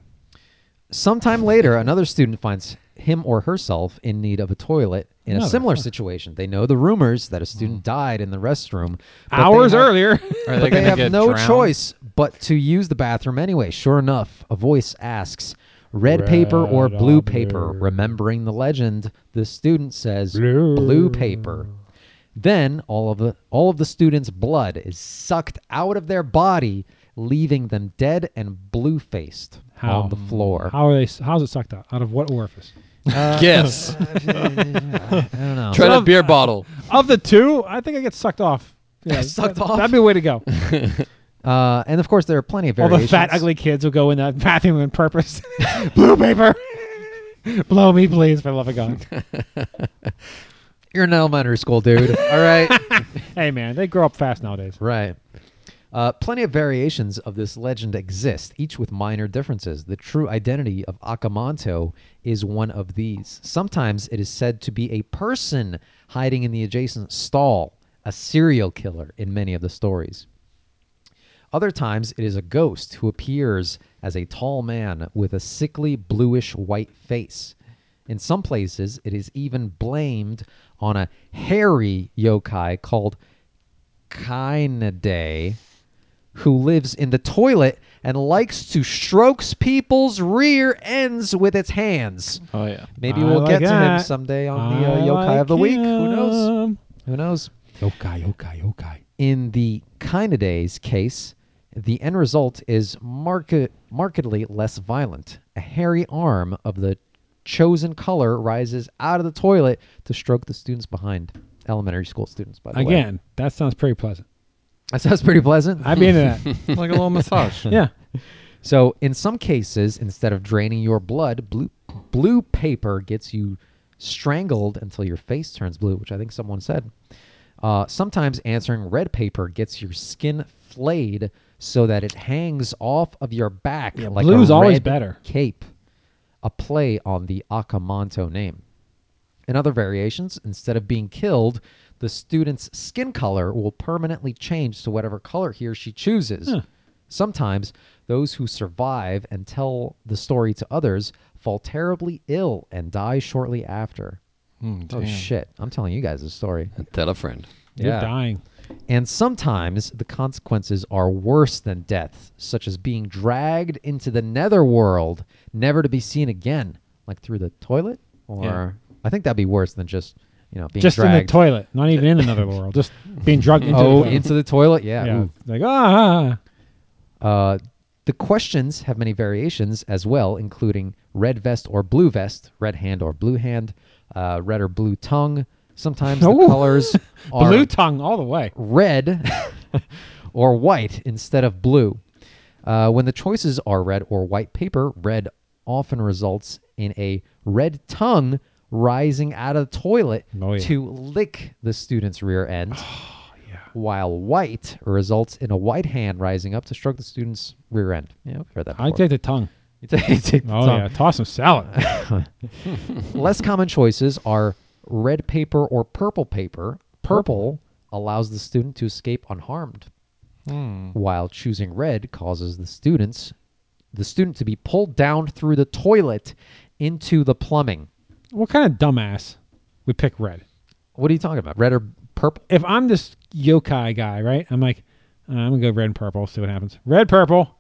Sometime later, another student finds him or herself in need of a toilet in a Another, similar huh. Hmm. situation. They know the rumors that a student died in the restroom but they Hours have- earlier. Are but gonna they have get no drowned? choice but to use the bathroom anyway. Sure enough, a voice asks, "Red, paper or Red blue or paper?" blue? Remembering the legend, the student says, Blue. "Blue paper." Then all of the all of the students' blood is sucked out of their body, leaving them dead and blue faced How? on the floor. How are they? How's it sucked out? Out of what orifice? yes. I don't know. Try that beer bottle. Of the two, I think I get sucked off. Yeah, Sucked that- off? That'd be a way to go. Uh, and of course, there are plenty of All variations. the fat, ugly kids will go in that bathroom on purpose. blue paper. Blow me, please, for the love of God. You're in elementary school, dude. All right. hey, man, they grow up fast nowadays. Right. Uh, plenty of variations of this legend exist, each with minor differences. The true identity of Akamanto is one of these. Sometimes it is said to be a person hiding in the adjacent stall, a serial killer in many of the stories. Other times it is a ghost who appears as a tall man with a sickly bluish white face. In some places, it is even blamed on a hairy yokai called Kainade, who lives in the toilet and likes to strokes people's rear ends with its hands. Oh yeah. Maybe I we'll like get to him that. someday on the uh, I Yokai of the like Week. Who knows? him. Who knows? Yokai, yokai, yokai. In the Kainade's case, the end result is market, markedly less violent. A hairy arm of the chosen color rises out of the toilet to stroke the students behind. Elementary school students, by the way. Again, that sounds pretty pleasant. That sounds pretty pleasant. I'd be into that. like a little massage. Yeah. So in some cases, instead of draining your blood, blue blue paper gets you strangled until your face turns blue, which I think someone said. Uh, sometimes answering red paper gets your skin flayed so that it hangs off of your back Yeah, like blue's a always red better. cape. A play on the Akamanto name. In other variations, instead of being killed, the student's skin color will permanently change to whatever color he or she chooses. Sometimes, those who survive and tell the story to others fall terribly ill and die shortly after. oh, shit. I'm telling you guys this story. Tell a friend. You're dying. And sometimes the consequences are worse than death, such as being dragged into the netherworld, never to be seen again, like through the toilet. Or I think that'd be worse than just you know being Just in the dragged. toilet, not even in another world. Just being drugged into oh, the toilet. into the toilet. Yeah. yeah. ooh. Like, ah. Uh, the questions have many variations as well, including red vest or blue vest, red hand or blue hand, uh, red or blue tongue. Sometimes the Ooh. colors are ah. Blue tongue all the way. red or white instead of blue. Uh, when the choices are red or white paper, red often results in a red tongue rising out of the toilet Oh, yeah. to lick the student's rear end. While white results in a white hand rising up to stroke the student's rear end. Yeah, we've heard that. I before. take the tongue. You take, you take the Oh, tongue. yeah. Toss some salad. Less common choices are red paper or purple paper. Purple allows the student to escape unharmed, Hmm. while choosing red causes the students the student to be pulled down through the toilet into the plumbing. what kind of dumbass would pick red? What are you talking about? Red or purple? If I'm this yokai guy, right? I'm like, uh, I'm going to go red and purple, see what happens. Red, purple,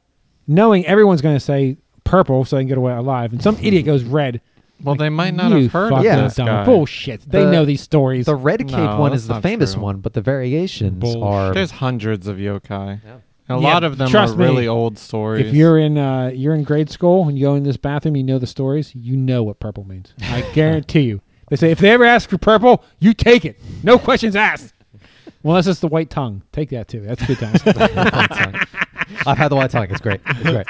knowing everyone's going to say purple so they can get away alive. And some idiot goes red. Well, they Hmm. might not you have heard of fucking this dumb. guy. Bullshit. They The- know these stories. The red cape No, one that's is the not famous true. one, but the variations There's are hundreds of yokai. Yeah, A lot of them trust are me, really old stories. If you're in uh, you're in grade school and you go in this bathroom, you know the stories. You know what purple means. I guarantee you. They say if they ever ask for purple, you take it. No questions asked. Well, that's just the white tongue. Take that too. That's good times. I've had the white tongue. It's great. It's great.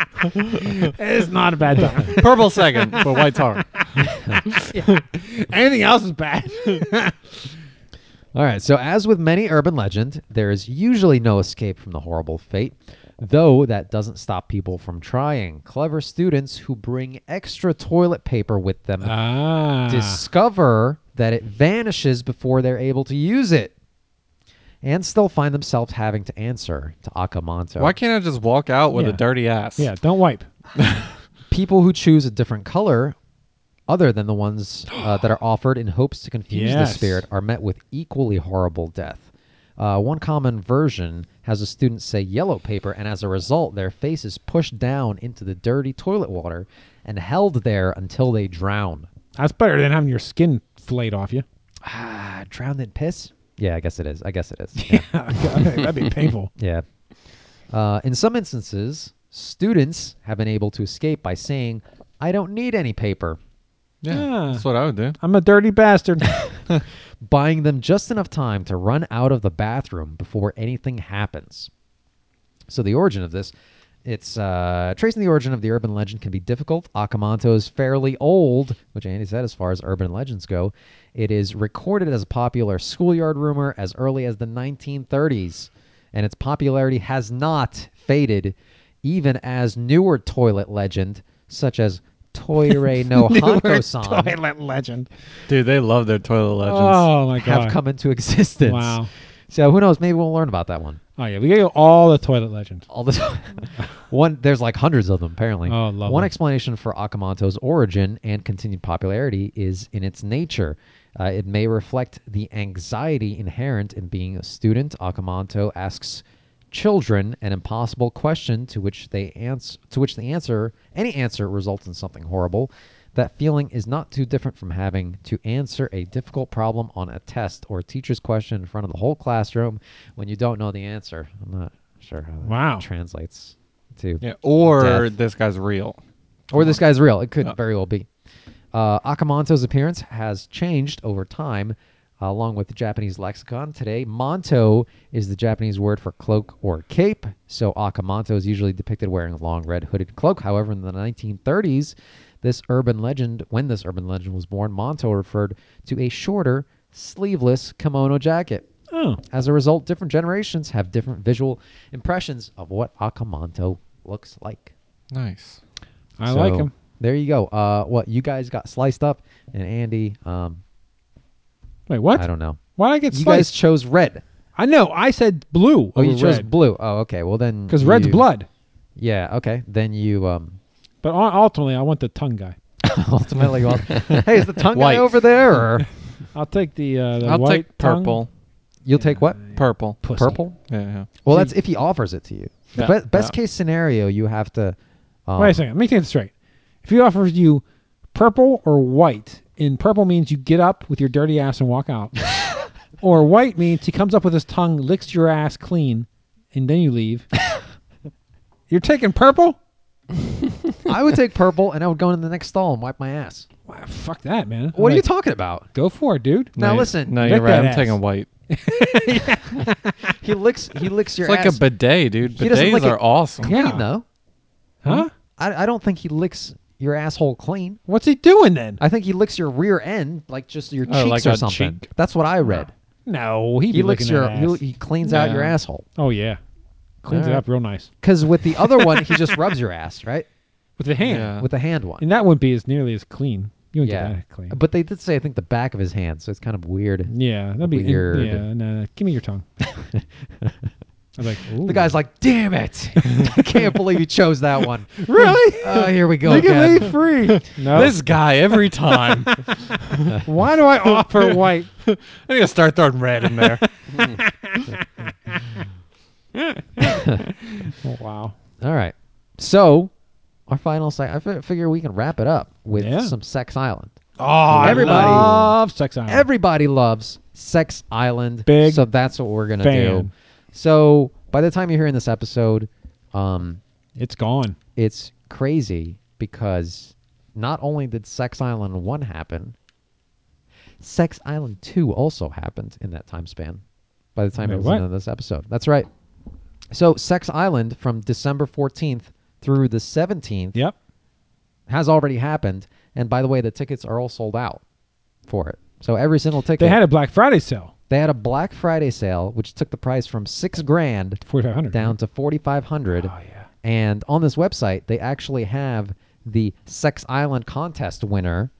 it's not a bad tongue. Purple second, but white's hard. Anything else is bad. All right. So, as with many urban legend, there is usually no escape from the horrible fate, though that doesn't stop people from trying. Clever students who bring extra toilet paper with them ah. discover that it vanishes before they're able to use it, and still find themselves having to answer to Akamanto. Why can't I just walk out with Yeah. a dirty ass? yeah, don't wipe. people who choose a different color other than the ones uh, that are offered in hopes to confuse Yes. the spirit are met with equally horrible death. Uh, one common version has a student say yellow paper, and as a result, their face is pushed down into the dirty toilet water and held there until they drown. That's better than having your skin flayed off you. Ah, drowned in piss? Yeah, I guess it is. I guess it is. Yeah. That'd be painful. Yeah. Uh, in some instances, students have been able to escape by saying, I don't need any paper, Yeah, Yeah. That's what I would do. I'm a dirty bastard. buying them just enough time to run out of the bathroom before anything happens. So the origin of this, it's uh, tracing the origin of the urban legend can be difficult. Akamanto is fairly old, which Andy said as far as urban legends go. It is recorded as a popular schoolyard rumor as early as the 1930s, and its popularity has not faded, even as newer toilet legend such as Toire no Hanko-san Toilet legend. Dude, they love their toilet legends. Oh my god. have come into existence. Wow. So who knows? Maybe we'll learn about that one. Oh yeah, we gotta go all the toilet legend. All this one. There's like hundreds of them apparently. Oh, lovely. One explanation for Akamanto's origin and continued popularity is in its nature. Uh, it may reflect the anxiety inherent in being a student. Akamanto asks children an impossible question to which they answer. To which the answer, any answer, results in something horrible. That feeling is not too different from having to answer a difficult problem on a test or a teacher's question in front of the whole classroom when you don't know the answer. I'm not sure how that Wow. translates to Yeah, or Death. this guy's real. or this guy's real. It could very well be. Uh, Akamanto's appearance has changed over time, uh, along with the Japanese lexicon. Today, manto is the Japanese word for cloak or cape, so Akamanto is usually depicted wearing a long red hooded cloak. However, in the 1930s, this urban legend, when this urban legend was born, manto referred to a shorter, sleeveless kimono jacket. Oh. As a result, different generations have different visual impressions of what Akamanto looks like. Nice. I like So, him. There you go. Uh, what you guys got sliced up, and Andy, um, Wait, what? I don't know. Why did I get You guys sliced? chose red. I know. I said blue. Oh, you chose blue. Oh, okay. Well then, because red's you- blood. Yeah. Okay. Then you um, But ul- ultimately, I want the tongue guy. ultimately, well, hey, is the tongue White. guy over there? Or I'll take the uh, the I'll white take tongue. purple. you'll take what? Purple. Pussy. Purple. Yeah, yeah. Well, that's if he offers it to you. The Yeah. be- best Yeah. case scenario, you have to. Um, Wait a second. Let me get this straight. If he offers you purple or white, and purple means you get up with your dirty ass and walk out, or white means he comes up with his tongue, licks your ass clean, and then you leave. You're taking purple? I would take purple, and I would go into the next stall and wipe my ass. Wow, fuck that, man. What are you Like, talking about? Go for it, dude. Now you- listen, No, lick you're right. that I'm ass. taking white. He licks. He licks your It's like ass. a bidet, dude. He doesn't Bidets like are it awesome. clean Yeah. though. Huh? I, I don't think he licks your asshole clean. What's he doing then? I think he licks your rear end, like just your Oh, cheeks like or a something. cheek? That's what I read. no, he, He licks your, he'll- ass. he cleans out your No. asshole. oh yeah, cleans it Alright. up real nice Because with the other one, he just rubs your ass, right? with the hand. Yeah. With the hand one. And that wouldn't be as nearly as clean. You wouldn't yeah, get that clean. but they did say I think the back of his hand, so it's kind of weird. Yeah, that'd be Weird. Yeah, no, no, give me your tongue. I'm like, The guy's like, "Damn it! I can't believe you chose that one." really? Oh, here we go Make it again. leave free. no, This guy every time. I'm why do I offer white? gonna start throwing red in there. Oh, wow. All right. So, our final site. I fi- figure we can wrap it up with Yeah. some Sex Island. Oh, Everybody- loves sex island. Everybody loves Sex Island. Big So that's what we're gonna do. fan. So by the time you're hearing this episode, um, it's gone. it's crazy because not only did Sex Island one happen, Sex Island 2 also happened in that time span by the time Wait, it was what? in this episode. That's right. So Sex Island from December 14th through the 17th Yep. has already happened. And by the way, the tickets are all sold out for it. So every single ticket They had a Black Friday sale. they had a Black Friday sale, which took the price from six grand Forty five hundred. down to forty five hundred. Oh yeah. And on this website, they actually have the Sex Island contest winner.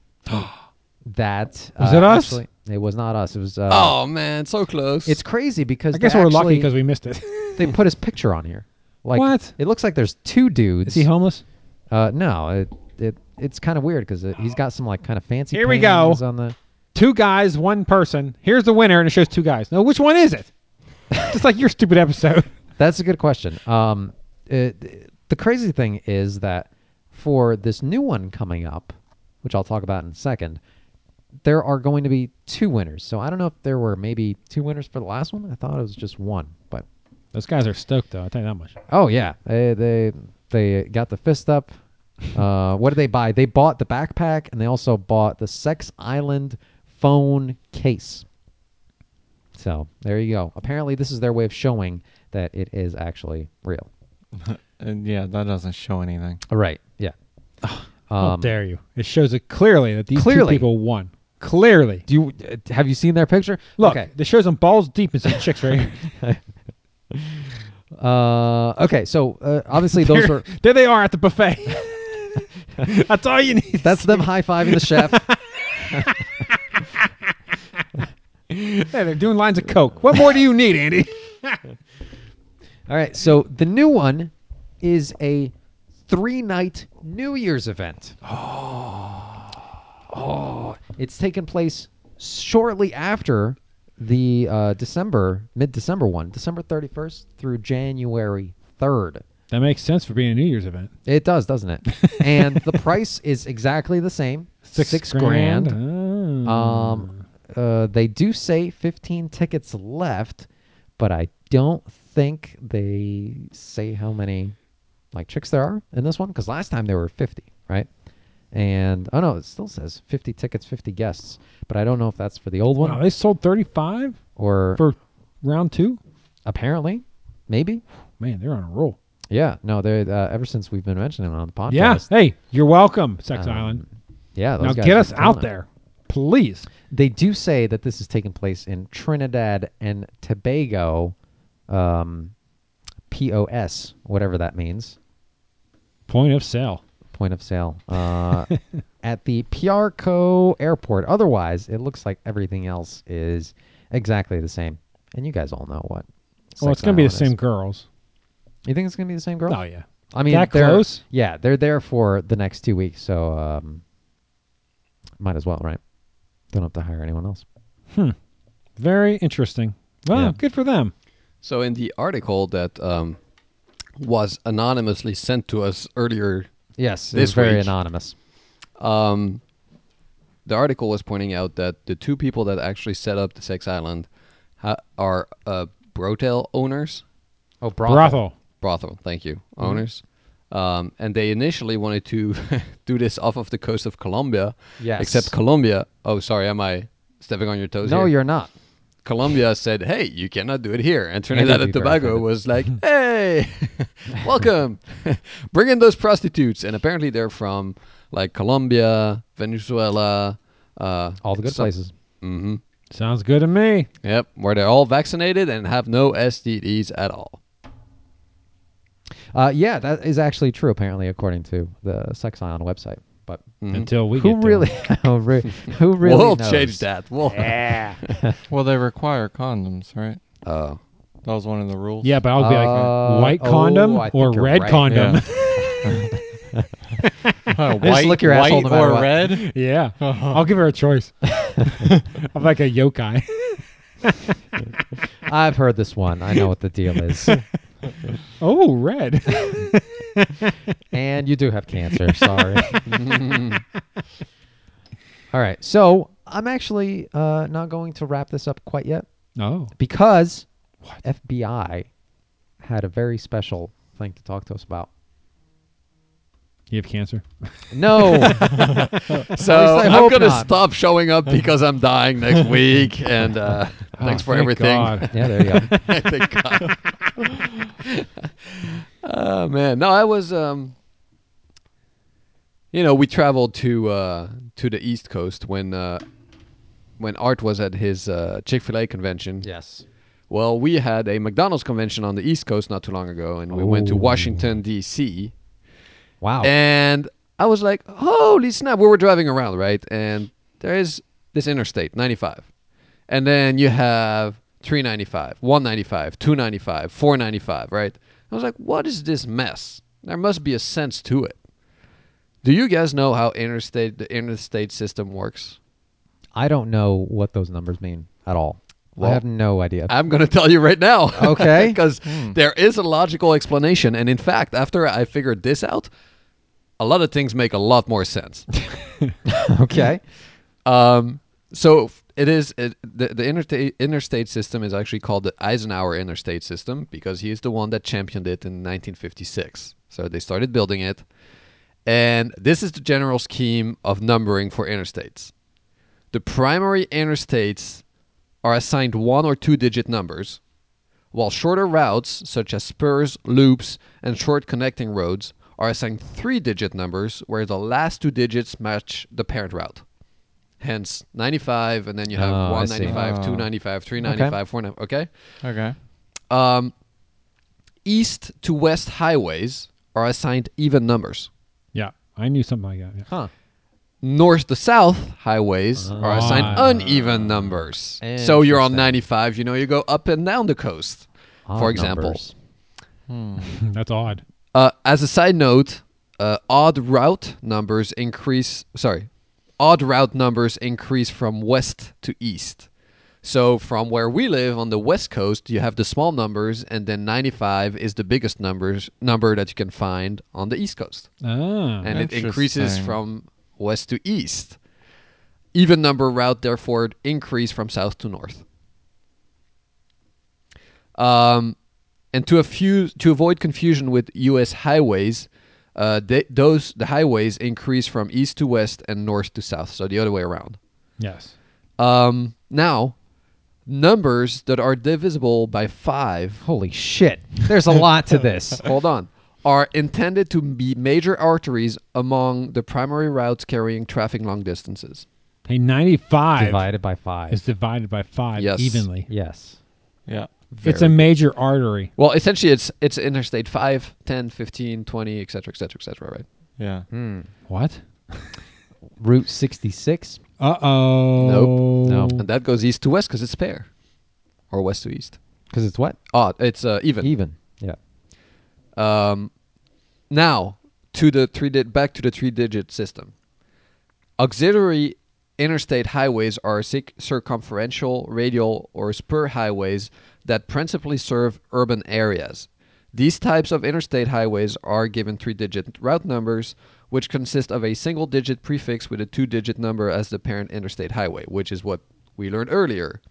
that Was uh, it us? actually- it was not us. It was. Uh, Oh man, so close. It's crazy because I guess they we're lucky actually- because we missed it. they put his picture on here. Like What? It looks like there's two dudes. Is he homeless? Uh, no, it, it it's kind of weird because he's got some like kind of fancy. Here we paintings go. On the Two guys, one person. Here's the winner, and it shows two guys. No, which one is it? Just like your stupid episode. That's a good question. Um, it, the crazy thing is that for this new one coming up, which I'll talk about in a second, there are going to be two winners. So I don't know if there were maybe two winners for the last one. I thought it was just one, but Those guys are stoked, though. I tell you that much. oh yeah, they they they got the fist up. Uh, what did they buy? They bought the backpack and they also bought the Sex Island phone case. So there you go. Apparently, this is their way of showing that it is actually real. And yeah, that doesn't show anything. Oh, Right. Yeah. How Um, dare you? It shows it clearly that these two Clearly. people won. Clearly. do you uh, have you seen their picture? Look, Okay. this shows them balls deep in some chicks right here. Uh, okay. So uh, obviously those Here- are there they are at the buffet. That's all you need. that's them high fiving the chef. Yeah, they're doing lines of coke. What more do you need, Andy? All right. So the new one is a three night New Year's event. Oh. Oh. It's taking place shortly after the uh, December mid December one, December thirty first through January third. That makes sense for being a New Year's event. It does, doesn't it? and the price is exactly the same. Ah. Um, Hmm. uh, they do say 15 tickets left, but I don't think they say how many like chicks there are in this one because last time there were 50, right? And oh no, it still says 50 tickets, 50 guests, but I don't know if that's for the old one Wow, they sold 35 or for round two? apparently, maybe. Man, they're on a roll. Yeah, no, they uh, ever since we've been mentioning it on the podcast. Yeah. Hey, you're welcome, Sex Um, Island. yeah. Those Now guys get are us killing out it. there, please. they do say that this is taking place in Trinidad and Tobago, um, POS, whatever that means, Point of sale. point of sale, uh, at the Piarco Airport. Otherwise, it looks like everything else is exactly the same. And you guys all know what. well, Sex it's going to be the Island is. same girls. You think it's gonna be the same girl? Oh, yeah. I mean, That they're- close? Yeah, they're there for the next two weeks, so um, might as well, right? Don't have to hire anyone else. Very interesting. Wow, Yeah. good for them. so in the article that um, was anonymously sent to us earlier Yes, This it's very week. anonymous. Um, the article was pointing out that the two people that actually set up the sex island ha- are uh, brothel owners. Oh, Brothel. Brothel, thank you, Mm-hmm. owners. Um, and they initially wanted to do this off of the coast of Colombia. Yes. Except Colombia. Oh, sorry, am I stepping on your toes? No, here? you're not. Colombia said, "Hey, you cannot do it here." And Trinidad they'd and be very Tobago offended. was like, "Hey, welcome! Bring in those prostitutes!" And apparently, they're from like Colombia, Venezuela, uh, All the good places. hmm Sounds good to me. Yep, where they're all vaccinated and have no STDs at all. Uh, yeah, that is actually true, apparently, according to the Sex Ion website. But Until we who get to really, it. who re- who really we'll knows? change that. We'll Well, they require condoms, right? Oh. That was one of the rules. Yeah, but I'll be Uh, like white oh, condom I think or you're red right. condom. Yeah. Uh, white, lick your white asshole no matter or what. red? Yeah. I'll give her a choice. I'm like a yokai. I've heard this one. I know what the deal is. oh, red. and you do have cancer. Sorry. All right. So I'm actually uh, not going to wrap this up quite yet oh. because FBI had a very special thing to talk to us about. You have cancer. No. So At least I I'm hope gonna not. stop showing up because I'm dying next week. And uh, Oh, thanks for thank everything. God. yeah, there you go. Thank God. oh man, no, I was. Um, you know, we traveled to uh, to the East Coast when uh, when Art was at his uh, Chick Fil A convention. Yes. Well, we had a McDonald's convention on the East Coast not too long ago, and we went to Oh. Washington D.C. Wow. And I was like, holy snap. We were driving around, right? And there is this interstate, 95. And then you have 395, 195, 295, 495, right? I was like, what is this mess? There must be a sense to it. Do you guys know how interstate the interstate system works? I don't know what those numbers mean at all. Well, uh, I have no idea. I'm going to tell you right now. Okay. Because there is a logical explanation. And in fact, after I figured this out, a lot of things make a lot more sense. okay. Um, so f- it is it, the the interstate interstate system is actually called the Eisenhower interstate system because he is the one that championed it in 1956. So they started building it, and this is the general scheme of numbering for interstates. The primary interstates are assigned one or two digit numbers, while shorter routes such as spurs, loops, and short connecting roads are assigned three digit numbers where the last two digits match the parent route. Hence 95, and then you have Oh, I see. 195, Oh. 295, 395, 495. Okay? Okay. Um, east to west highways are assigned even numbers. Yeah, I knew something like that. yeah. Huh. north to south highways are assigned Ah. uneven numbers. So you're on Interesting. 95, you know, you go up and down the coast, Odd for example. numbers. That's odd. Uh, as a side note, uh, odd route numbers increase, sorry, odd route numbers increase from west to east. So from where we live on the west coast, you have the small numbers, and then 95 is the biggest numbers number that you can find on the east coast. Ah, and it increases Interesting. from west to east. Even number route therefore increase from south to north. Um, and to a few to avoid confusion with U.S. highways, uh, they, those the highways increase from east to west and north to south, so the other way around. yes. Um, now, numbers that are divisible by five Holy shit. There's a lot to this. hold on, are intended to be major arteries among the primary routes carrying traffic long distances. Hey, ninety-five Divided by five. is divided by five Yes. evenly. yes. Yeah. it's a major artery. Well, essentially, it's it's Interstate 5, 10, 15, 20, et cetera, et cetera, et cetera, right? Yeah. Hmm. What? Route 66. Uh oh. Nope. No. And that goes east to west because it's pair, or west to east. Because it's what? Oh, it's uh, even. Even. Yeah. Um, now to the three di- back to the three digit system. Auxiliary interstate highways are sic- circumferential, radial, or spur highways that principally serve urban areas. These types of interstate highways are given three digit route numbers, which consist of a single digit prefix with a two digit number as the parent interstate highway, which is what we learned earlier.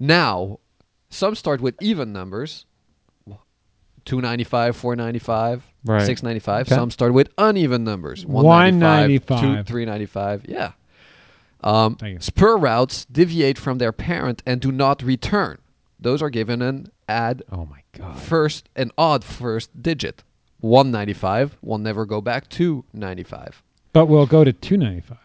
Now, some start with even numbers, 295, 495, Right. 695. Okay. Some start with uneven numbers 195. 195, 2, 395. Yeah. Um, Thank you. spur routes deviate from their parent and do not return. Those are given an add Oh my God. first, an odd first digit. 195 will never go back to 95. But we'll go to two ninety-five.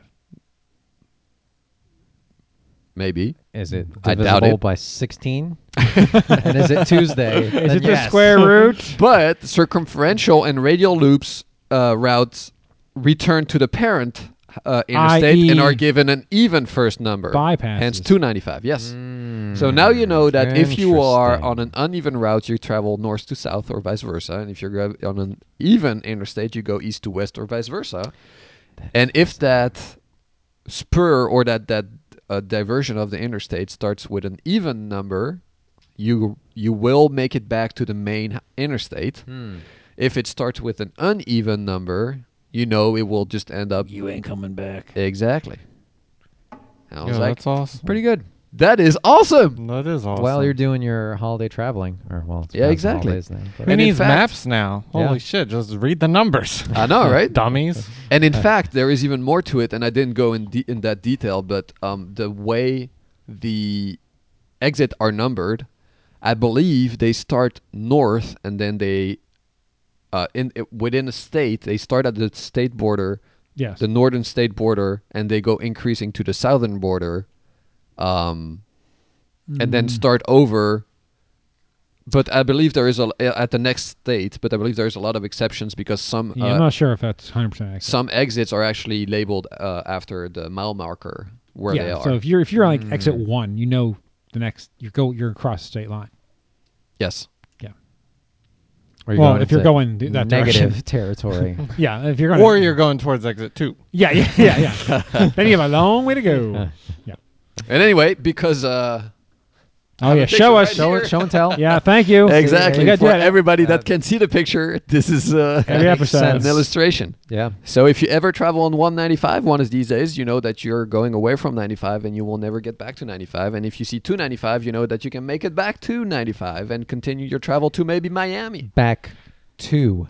Maybe. Is it I divisible doubt it. by 16? and is it Tuesday? Is Then it yes. the square root? But circumferential and radial loops uh, routes return to the parent uh, interstate i.e. and are given an even first number. Hence E. Bypasses. Mm. 295. Yes. so now you know that if you are on an Interesting. uneven route, you travel north to south or vice versa. And if you're gra- on an even interstate, you go east to west or vice versa. And if that spur or that that uh, diversion of the interstate starts with an even number, you you will make it back to the main interstate. If it starts with an uneven number, you know it will just end up. You ain't coming back. Exactly. And I was Yo, like, that's awesome. pretty good. That is awesome. That is awesome. While you're doing your holiday traveling, or well, it's Yeah, past the exactly. holidays now, but- who And in needs fact- maps now? Yeah. Holy shit! Just read the numbers, I know, right? dummies. And in fact, there is even more to it, and I didn't go in de- in that detail, but um, the way the exit are numbered, I believe they start north and then they uh, in i- within a state they start at the state border, Yes. the northern state border, and they go increasing to the southern border, um, and then start over. But I believe there is a at the next state, but I believe there is a lot of exceptions because some yeah, uh, I'm not sure if that's 100 percent accurate. some exits are actually labeled uh, after the mile marker where yeah. they are. So if you're if you're on like exit Mm. one, you know the next you go you're across the state line. yes. Yeah. or you're well, going if you're into going th- that negative direction. territory, Yeah. If you're going. Or you're going towards exit two. Yeah. Yeah. Yeah. Yeah. then you have a long way to go. Yeah. And anyway, because uh, Oh yeah. a Show picture us. right show here. it, show and tell. Yeah. Thank you. exactly You gotta do for that everybody that can see the picture, this is uh, every makes episode. an sense. illustration. yeah. So if you ever travel on 195 one of these days, you know that you're going away from 95 and you will never get back to 95. And if you see 295, you know that you can make it back to 95 and continue your travel to maybe Miami. Back to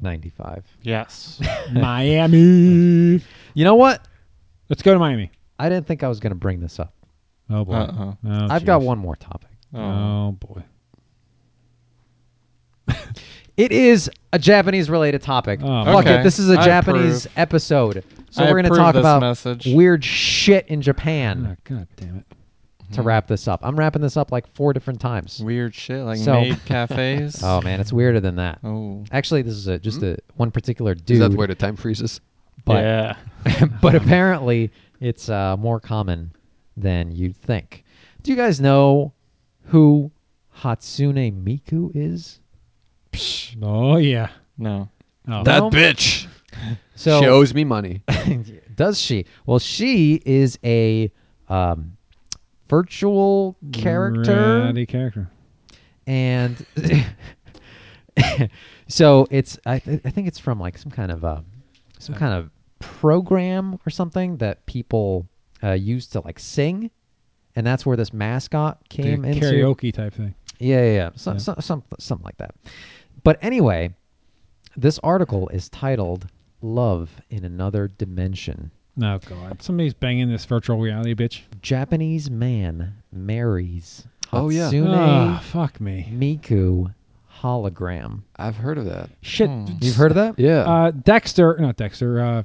95. Yes. Miami. You know what? Let's go to Miami. I didn't think I was going to bring this up. Oh boy. Uh-oh. Oh, I've got jeez. one more topic. Oh boy. It is a Japanese related topic. Oh, Fuck okay. it. This is a I Japanese approve. episode. So I we're going to approve talk this about message. weird shit in Japan Oh, God damn it. to wrap this up. I'm wrapping this up like four different times. Mm-hmm. Weird shit like So- maid cafes. Oh man, it's weirder than that. Oh. Hmm? Actually, this is a, just a one particular dude. Is that where the time freezes? but yeah. but apparently it's uh, more common than you'd think. Do you guys know who Hatsune Miku is? Oh yeah. No. Oh. That bitch. So she owes me money. does she? Well, she is a um, virtual character, Ratty character. and so it's. I, th- I think it's from like some kind of uh, some kind of program or something that people uh, use to like sing, and that's where this mascot The came into. karaoke type thing. Yeah, yeah, yeah. So, so- some, something like that. But anyway, this article is titled "Love in Another Dimension." Oh god. Somebody's banging this virtual reality bitch. Japanese man marries Oh, yeah. Hatsune Ah, fuck me. Miku hologram. I've heard of that. Shit. Hmm. You've heard of that? Yeah. Uh, Dexter, not Dexter. Uh,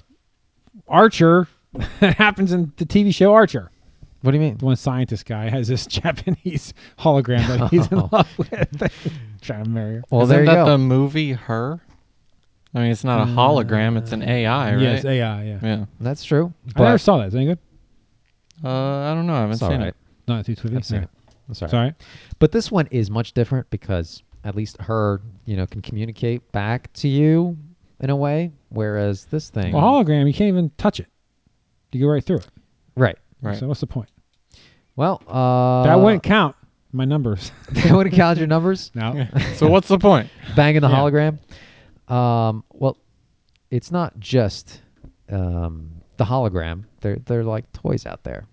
Archer happens in the TV show Archer. What do you mean? The one scientist guy has this Japanese hologram that he's Oh. in love with. Trying to marry her. Well, Isn't there you that go. Mm, the movie Her? I mean, it's not a hologram; it's an AI, right? Yes, AI. Yeah. yeah. That's true. I never but- saw that. Is that any good? Uh, I don't know. I haven't It's seen all right. it. No, it's too twitty. I've seen it. I'm sorry. Sorry. But this one is much different because at least her, you know, can communicate back to you in a way, whereas this thing, Well, hologram, you can't even touch it. You go right through it. right? Right. So what's the point? Well, uh, that wouldn't count my numbers. They wouldn't count your numbers. no. so what's the point? Banging the Yeah. hologram. Um, well, it's not just um, the hologram. They're they're like toys out there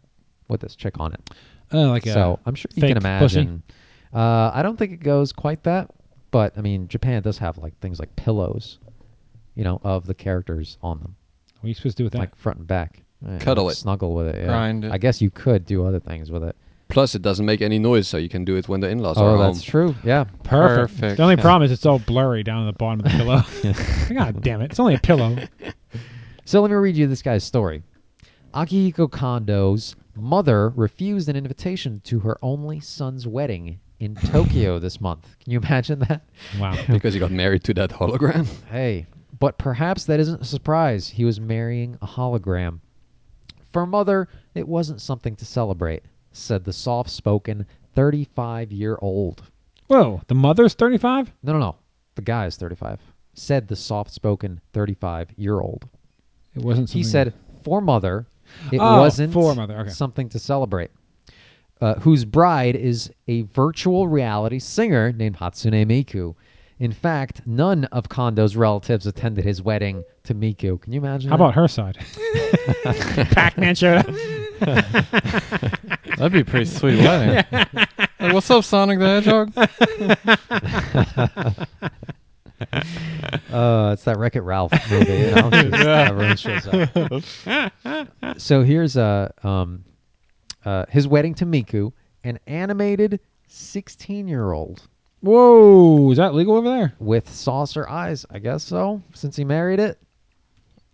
with this chick on it. Oh, like a so I'm sure you fake can pussy? imagine. Uh, I don't think it goes quite that, but I mean, Japan does have like things like pillows, you know, of the characters on them, What are you supposed to do with that? like front and back. Yeah, Cuddle like it. snuggle with it. yeah. Grind it. I guess you could do other things with it. Plus, it doesn't make any noise, so you can do it when the in-laws are oh, home. that's true. Yeah. perfect. Perfect, The only yeah. problem is it's all blurry down at the bottom of the pillow. God damn it. It's only a pillow. So let me read you this guy's story. Akihiko Kondo's mother refused an invitation to her only son's wedding in Tokyo this month. Can you imagine that? Wow. Because he got married to that hologram. Hey, but perhaps that isn't a surprise. He was marrying a hologram. For mother, it wasn't something to celebrate, said the soft spoken 35 year old. Whoa. The mother's 35? No, no, no. The guy is 35, said the soft spoken 35 year old. It wasn't something. He said, "For mother, it Oh, wasn't for mother, okay. something to celebrate." Uh, whose bride is a virtual reality singer named Hatsune Miku. In fact, none of Kondo's relatives attended his wedding to Miku. Can you imagine? How about her side? Pac Man showed up. That'd be a pretty sweet wedding. Like, what's up, Sonic the Hedgehog? Uh, it's that Wreck It Ralph movie. You know? Just Everyone shows up. so here's a um, uh, his wedding to Miku, an animated 16 year old Whoa, is that legal over there? with saucer eyes. I guess so, since he married it.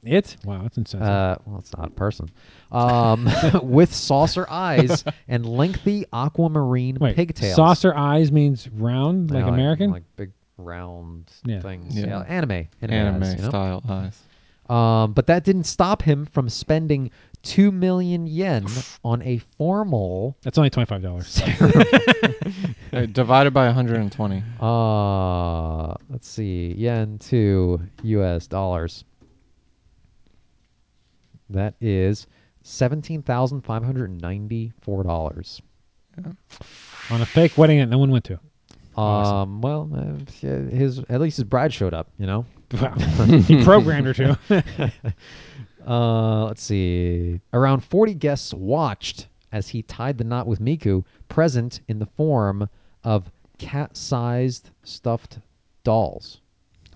It? Wow, that's insane. Uh, well, it's not a person. Um, with saucer eyes and lengthy aquamarine Wait, pigtails. saucer eyes means round, You like know, American. like big round Yeah. things. Yeah. Yeah, anime, anime, Anime eyes, you know? style eyes. Um, but that didn't stop him from spending two million yen on a formal. that's only twenty five dollars. Uh, divided by 120. Uh, let's see, yen to U.S. dollars. That is seventeen thousand five hundred ninety-four dollars. on a fake wedding that no one went to. Um, well, uh, his at least his bride showed up. You know. Wow. he programmed her to. Uh, let's see. Around 40 guests watched as he tied the knot with Miku, present in the form of cat-sized stuffed dolls.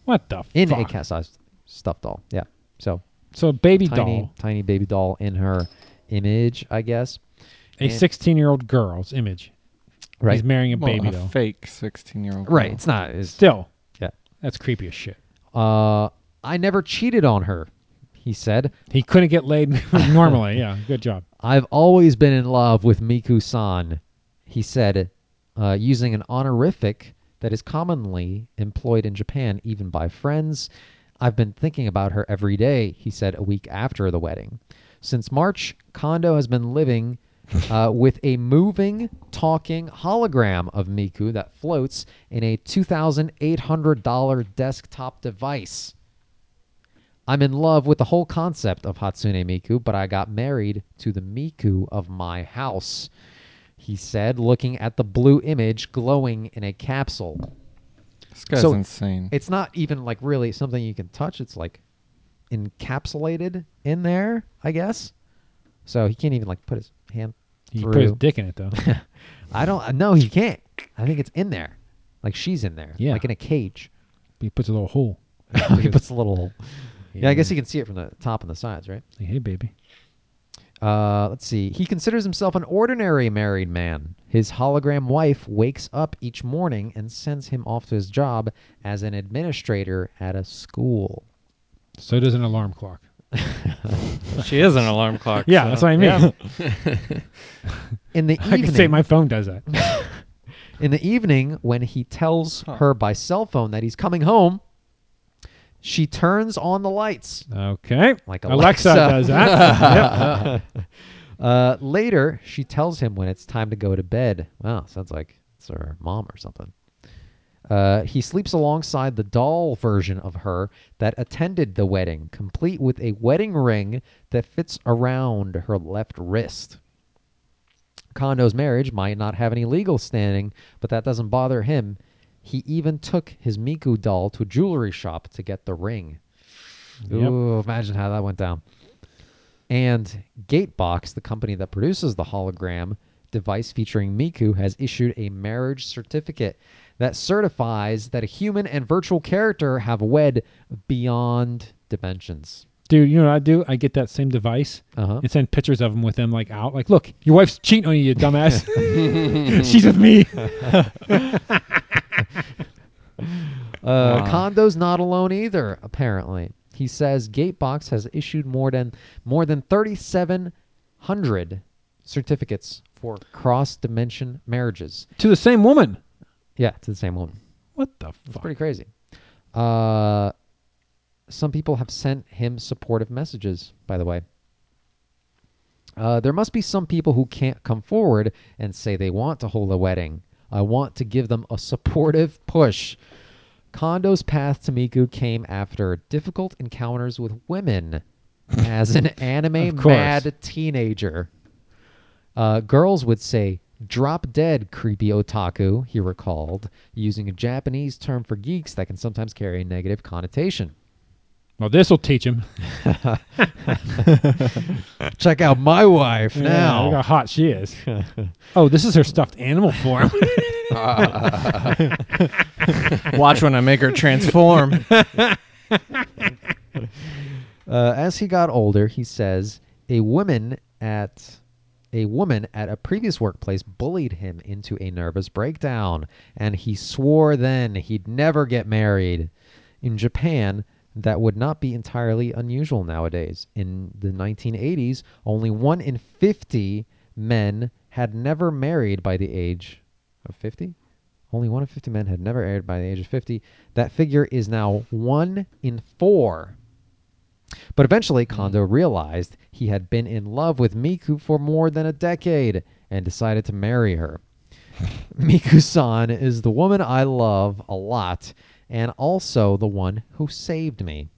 what the In a fuck? cat-sized stuffed doll. Yeah. So So a baby tiny, doll, tiny baby doll in her image, I guess. a sixteen year old girl's image. He's marrying a Well, baby a doll. fake 16 year old. right. It's not. It's, Still, yeah. that's creepy as shit. Uh, I never cheated on her, he said. He couldn't get laid normally. Yeah, good job. I've always been in love with Miku san, he said, uh, using an honorific that is commonly employed in Japan, even by friends. I've been thinking about her every day, he said a week after the wedding. Since March, Kondo has been living uh, with a moving, talking hologram of Miku that floats in a $2,800 desktop device. I'm in love with the whole concept of Hatsune Miku, but I got married to the Miku of my house, he said, looking at the blue image glowing in a capsule. This guy's So- insane. It's not even like really something you can touch, it's like encapsulated in there, I guess. So he can't even like put his hand He through. put his dick in it though. I don't no, he can't. I think it's in there. Like she's in there. Yeah. Like in a cage. he puts a little hole. he puts a little Yeah, I guess he can see it from the top and the sides, right? Like, hey, baby. Uh, let's see. He considers himself an ordinary married man. His hologram wife wakes up each morning and sends him off to his job as an administrator at a school. So does an alarm clock. she is an alarm clock. Yeah, that's what I mean. In the I evening, can say my phone does that. in the evening when he tells her by cell phone that he's coming home, she turns on the lights. Okay. Like Alexa, Alexa. does that. Yep. Uh, later, she tells him when it's time to go to bed. Wow, sounds like it's her mom or something. Uh, he sleeps alongside the doll version of her that attended the wedding, complete with a wedding ring that fits around her left wrist. Kondo's marriage might not have any legal standing, but that doesn't bother him. He even took his Miku doll to a jewelry shop to get the ring. Yep. Ooh, imagine how that went down. And Gatebox, the company that produces the hologram device featuring Miku, has issued a marriage certificate that certifies that a human and virtual character have wed beyond dimensions. Dude, you know what I do? I get that same device Uh-huh. and send pictures of them with them like out. Like, look, your wife's cheating on you, you dumbass. She's with me. Uh, Kondo's not alone either. Apparently, he says Gatebox has issued more than more than thirty seven hundred certificates for cross dimension marriages. to the same woman. Yeah, to the same woman. What the It's fuck? pretty crazy. Uh, some people have sent him supportive messages, by the way. Uh, there must be some people who can't come forward and say they want to hold a wedding. I want to give them a supportive push. Kondo's path to Miku came after difficult encounters with women as an anime course. mad teenager. Uh, girls would say, drop dead, creepy otaku, he recalled, using a Japanese term for geeks that can sometimes carry a negative connotation. Well, this will teach him. Check out my wife Yeah, look how now. hot she is. oh, this is her stuffed animal form. Watch when I make her transform. Uh, as he got older, he says a woman at a woman at a previous workplace bullied him into a nervous breakdown, and he swore then he'd never get married. In Japan, that would not be entirely unusual nowadays. In the 1980s, only one in 50 men had never married by the age of 50. Only one in 50 men had never married by the age of 50. That figure is now one in four. But eventually, Kondo realized he had been in love with Miku for more than a decade and decided to marry her. Miku san is the woman I love a lot and also the one who saved me.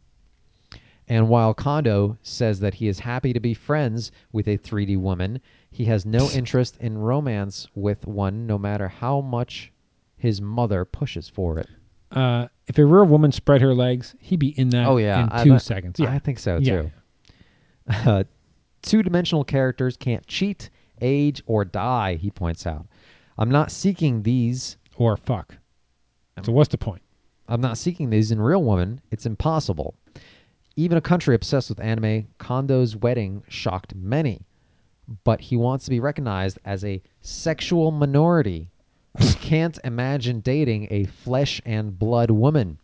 And while Kondo says that he is happy to be friends with a 3D woman, he has no interest in romance with one, no matter how much his mother pushes for it. uh, if a real woman spread her legs, he'd be in that Oh yeah, in I two bet- seconds. Yeah. I think so Yeah. too. Uh, two-dimensional characters can't cheat, age, or die. He points out. I'm not seeking these. or fuck. So what's the point? I'm not seeking these in real women. It's impossible. Even a country obsessed with anime, Kondo's wedding shocked many, but he wants to be recognized as a sexual minority. who can't imagine dating a flesh and blood woman.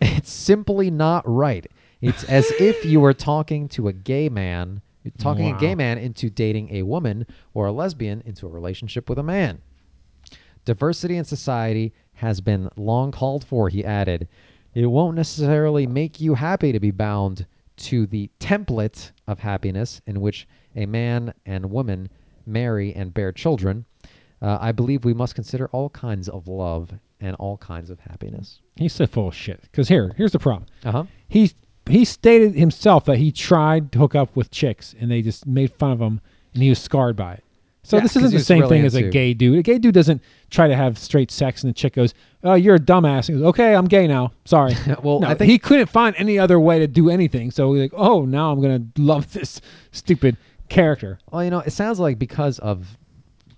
It's simply not right. It's as if you were talking to a gay man, you're talking a Wow. gay man into dating a woman or a lesbian into a relationship with a man. Diversity in society has been long called for, he added. It won't necessarily make you happy to be bound to the template of happiness in which a man and woman marry and bear children. Uh, I believe we must consider all kinds of love and all kinds of happiness. He's so full of shit. Because here, here's the problem. Uh huh. He he stated himself that he tried to hook up with chicks and they just made fun of him and he was scarred by it. So Yeah, this 'cause isn't he the was same really thing as a into- gay dude. A gay dude doesn't try to have straight sex and the chick goes, "Oh, you're a dumbass." And he goes, "Okay, I'm gay now. Sorry." Well, No, I think- he couldn't find any other way to do anything. So he's like, "Oh, now I'm gonna love this stupid character." Well, you know, it sounds like because of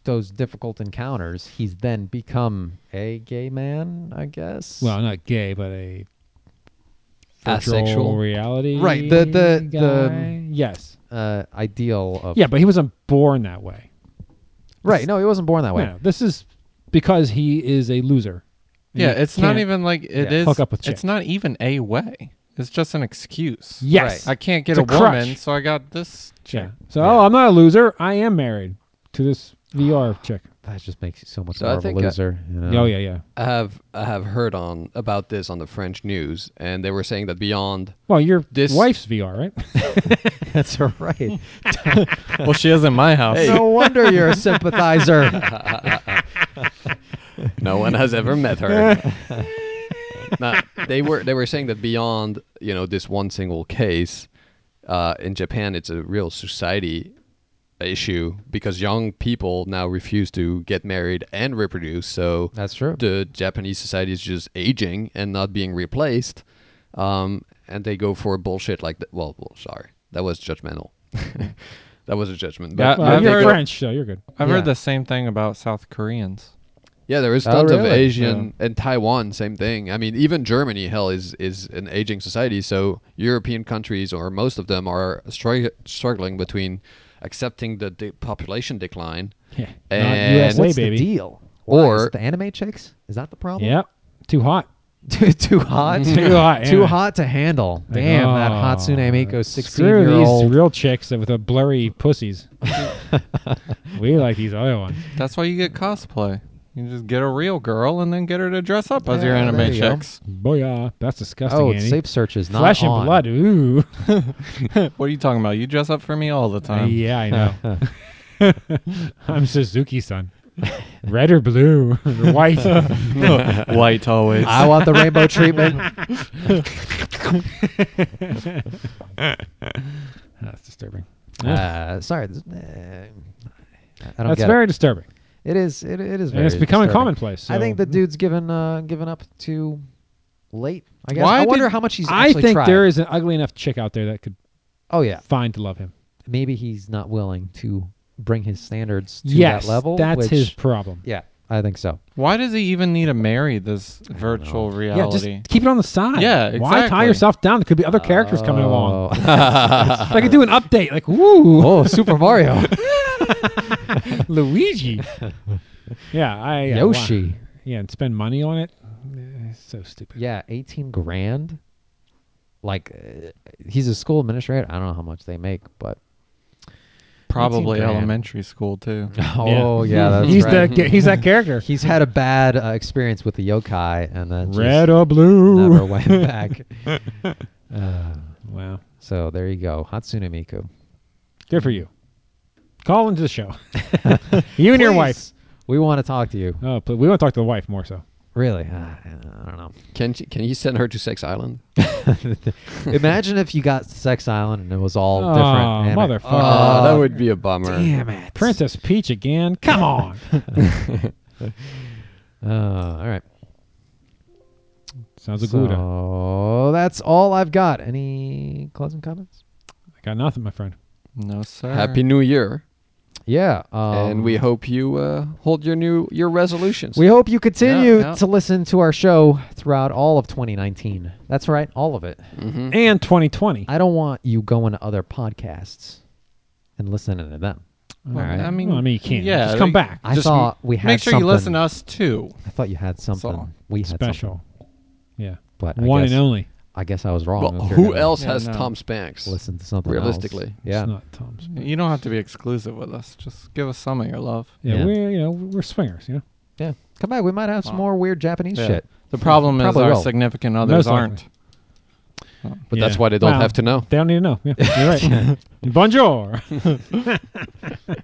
those difficult encounters, he's then become a gay man, I guess. Well, not gay, but a virtual Asexual. reality. Right, the- the- the- guy? yes. uh, ideal of Yeah, but he wasn't born that way. Right. No, he wasn't born that way. No, this is because he is a loser. And yeah, he it's not can't- even like it is. Yeah, hook up with chick. it's not even a way. It's just an excuse. Yes. I can't get It's a, a woman, crutch. so I got this chick. Yeah. So oh, I'm not a loser. I am married to this VR chick. That just makes you so much So I more of a think, uh, loser. you know? oh yeah, yeah. I have I have heard on about this on the French news, and they were saying that beyond Well, your This- wife's VR, right? That's right. Well, she is in my house. No wonder you're a sympathizer. no one has ever met her. Nah, they were they were saying that beyond you know this one single case, uh, in Japan it's a real society issue because young people now refuse to get married and reproduce. So That's true. the Japanese society is just aging and not being replaced, um, and they go for bullshit like that. Well, well, sorry, that was judgmental. that was a judgment. But Yeah, Well, I've you're heard- French, so you're good. I've Yeah. heard the same thing about South Koreans. Yeah, there is Oh, tons of really? Asian and Taiwan, same thing. I mean, even Germany, hell, is is an aging society. So European countries, or most of them, are stri- struggling between accepting the de- population decline. Yeah. Not And- USA, What's baby. the deal? Why, Or- is it the anime chicks? Is that the problem? Yep. Too hot. too, too hot. Too hot, Too yeah. hot to handle. Damn, that Oh, Hatsune Miku, sixteen Screw year these old. real chicks with the blurry pussies. we like these other ones. That's why you get cosplay. You just get a real girl and then get her to dress up as your Yeah, there anime you go. chicks. Booyah. That's disgusting, oh, Andy. safe search is not Flesh on. and blood. Ooh. What are you talking about? You dress up for me all the time. yeah, I know. I'm Suzuki son. Red or blue, or white. White always. I want the rainbow treatment. That's disturbing. Uh, sorry, this- eh, I don't That's get very it. disturbing. It is. It, it is. And it's very becoming disturbing. commonplace. I think so- the dude's given uh, given up to late. I guess. Why I wonder did- how much he's. I actually think tried. there is an ugly enough chick out there that could Oh yeah, find to love him. maybe he's not willing to bring his standards to yes, that level. that's which- his problem. Yeah, I think so. Why does he even need to marry this virtual Yeah, reality? just keep it on the side. Yeah, Why tie exactly. yourself down? There could be other characters coming along. Oh, I could do an update, like woo, oh Super Mario, Luigi. yeah, I uh, Yoshi. why- Yeah, and spend money on it. Eh, So stupid. Yeah, eighteen grand. Like, uh, he's a school administrator. I don't know how much they make, but Probably grand. elementary school too. oh yeah, that's he's right. the he's that character. He's had a bad uh, experience with the yokai, and then just Red or blue. never went back. Wow, So there you go, Hatsune Miku. good for you. Call into the show. you and your wife. Please, We want to talk to you. Oh, but we want to talk to the wife more so. Really, uh, I don't know. Can she, can he send her to Sex Island? Imagine if you got Sex Island and it was all Oh, different. anime. motherfucker. Oh, that would be a bummer. Damn it, Princess Peach again. Come on. Uh, all right. Sounds a Gouda. So that's all I've got. Any closing comments? I got nothing, my friend. No sir. Happy New Year, Yeah, um, and we hope you uh, hold your new your resolutions. we hope you continue Yeah, yeah. to listen to our show throughout all of 2019. That's right, all of it. Mm-hmm. And 2020. I don't want you going to other podcasts and listening to them. All right. I mean, well, I mean, you can't. yeah, just come like- back. I Just thought we had Make sure something. you listen to us too. I thought you had something. all. We had something, Special. Yeah, but I one guess, and only. I guess I was wrong. Well, if you're who gonna else Yeah, has no. Tom Spanks? Listen to something. else. Realistically. yeah. It's not Tom's. You don't have to be exclusive with us. Just give us some of your love. Yeah, Yeah. we're you know we're swingers. You know, Yeah. Come back. We might have some Wow. more weird Japanese Yeah. shit. The problem is Probably our will. significant Most others likely. aren't. But Yeah. that's why they don't Well, have to know. They don't need to know. Yeah, you're right. Bonjour.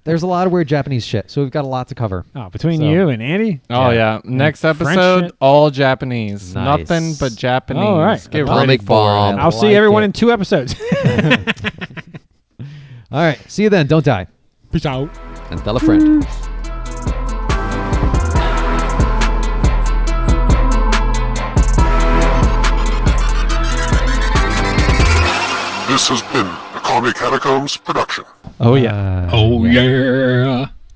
There's a lot of weird Japanese shit, so we've got a lot to cover. Oh, between So- you and Andy. Yeah. Oh yeah. Next French episode, shit. all Japanese. Nice. Nothing but Japanese. All right. Get Atomic ready for bomb. it. I'll see like everyone it. in two episodes. All right. See you then. Don't die. Peace out. And tell a friend. This has been a Comic Catacombs production. Oh yeah. Uh, Oh, yeah.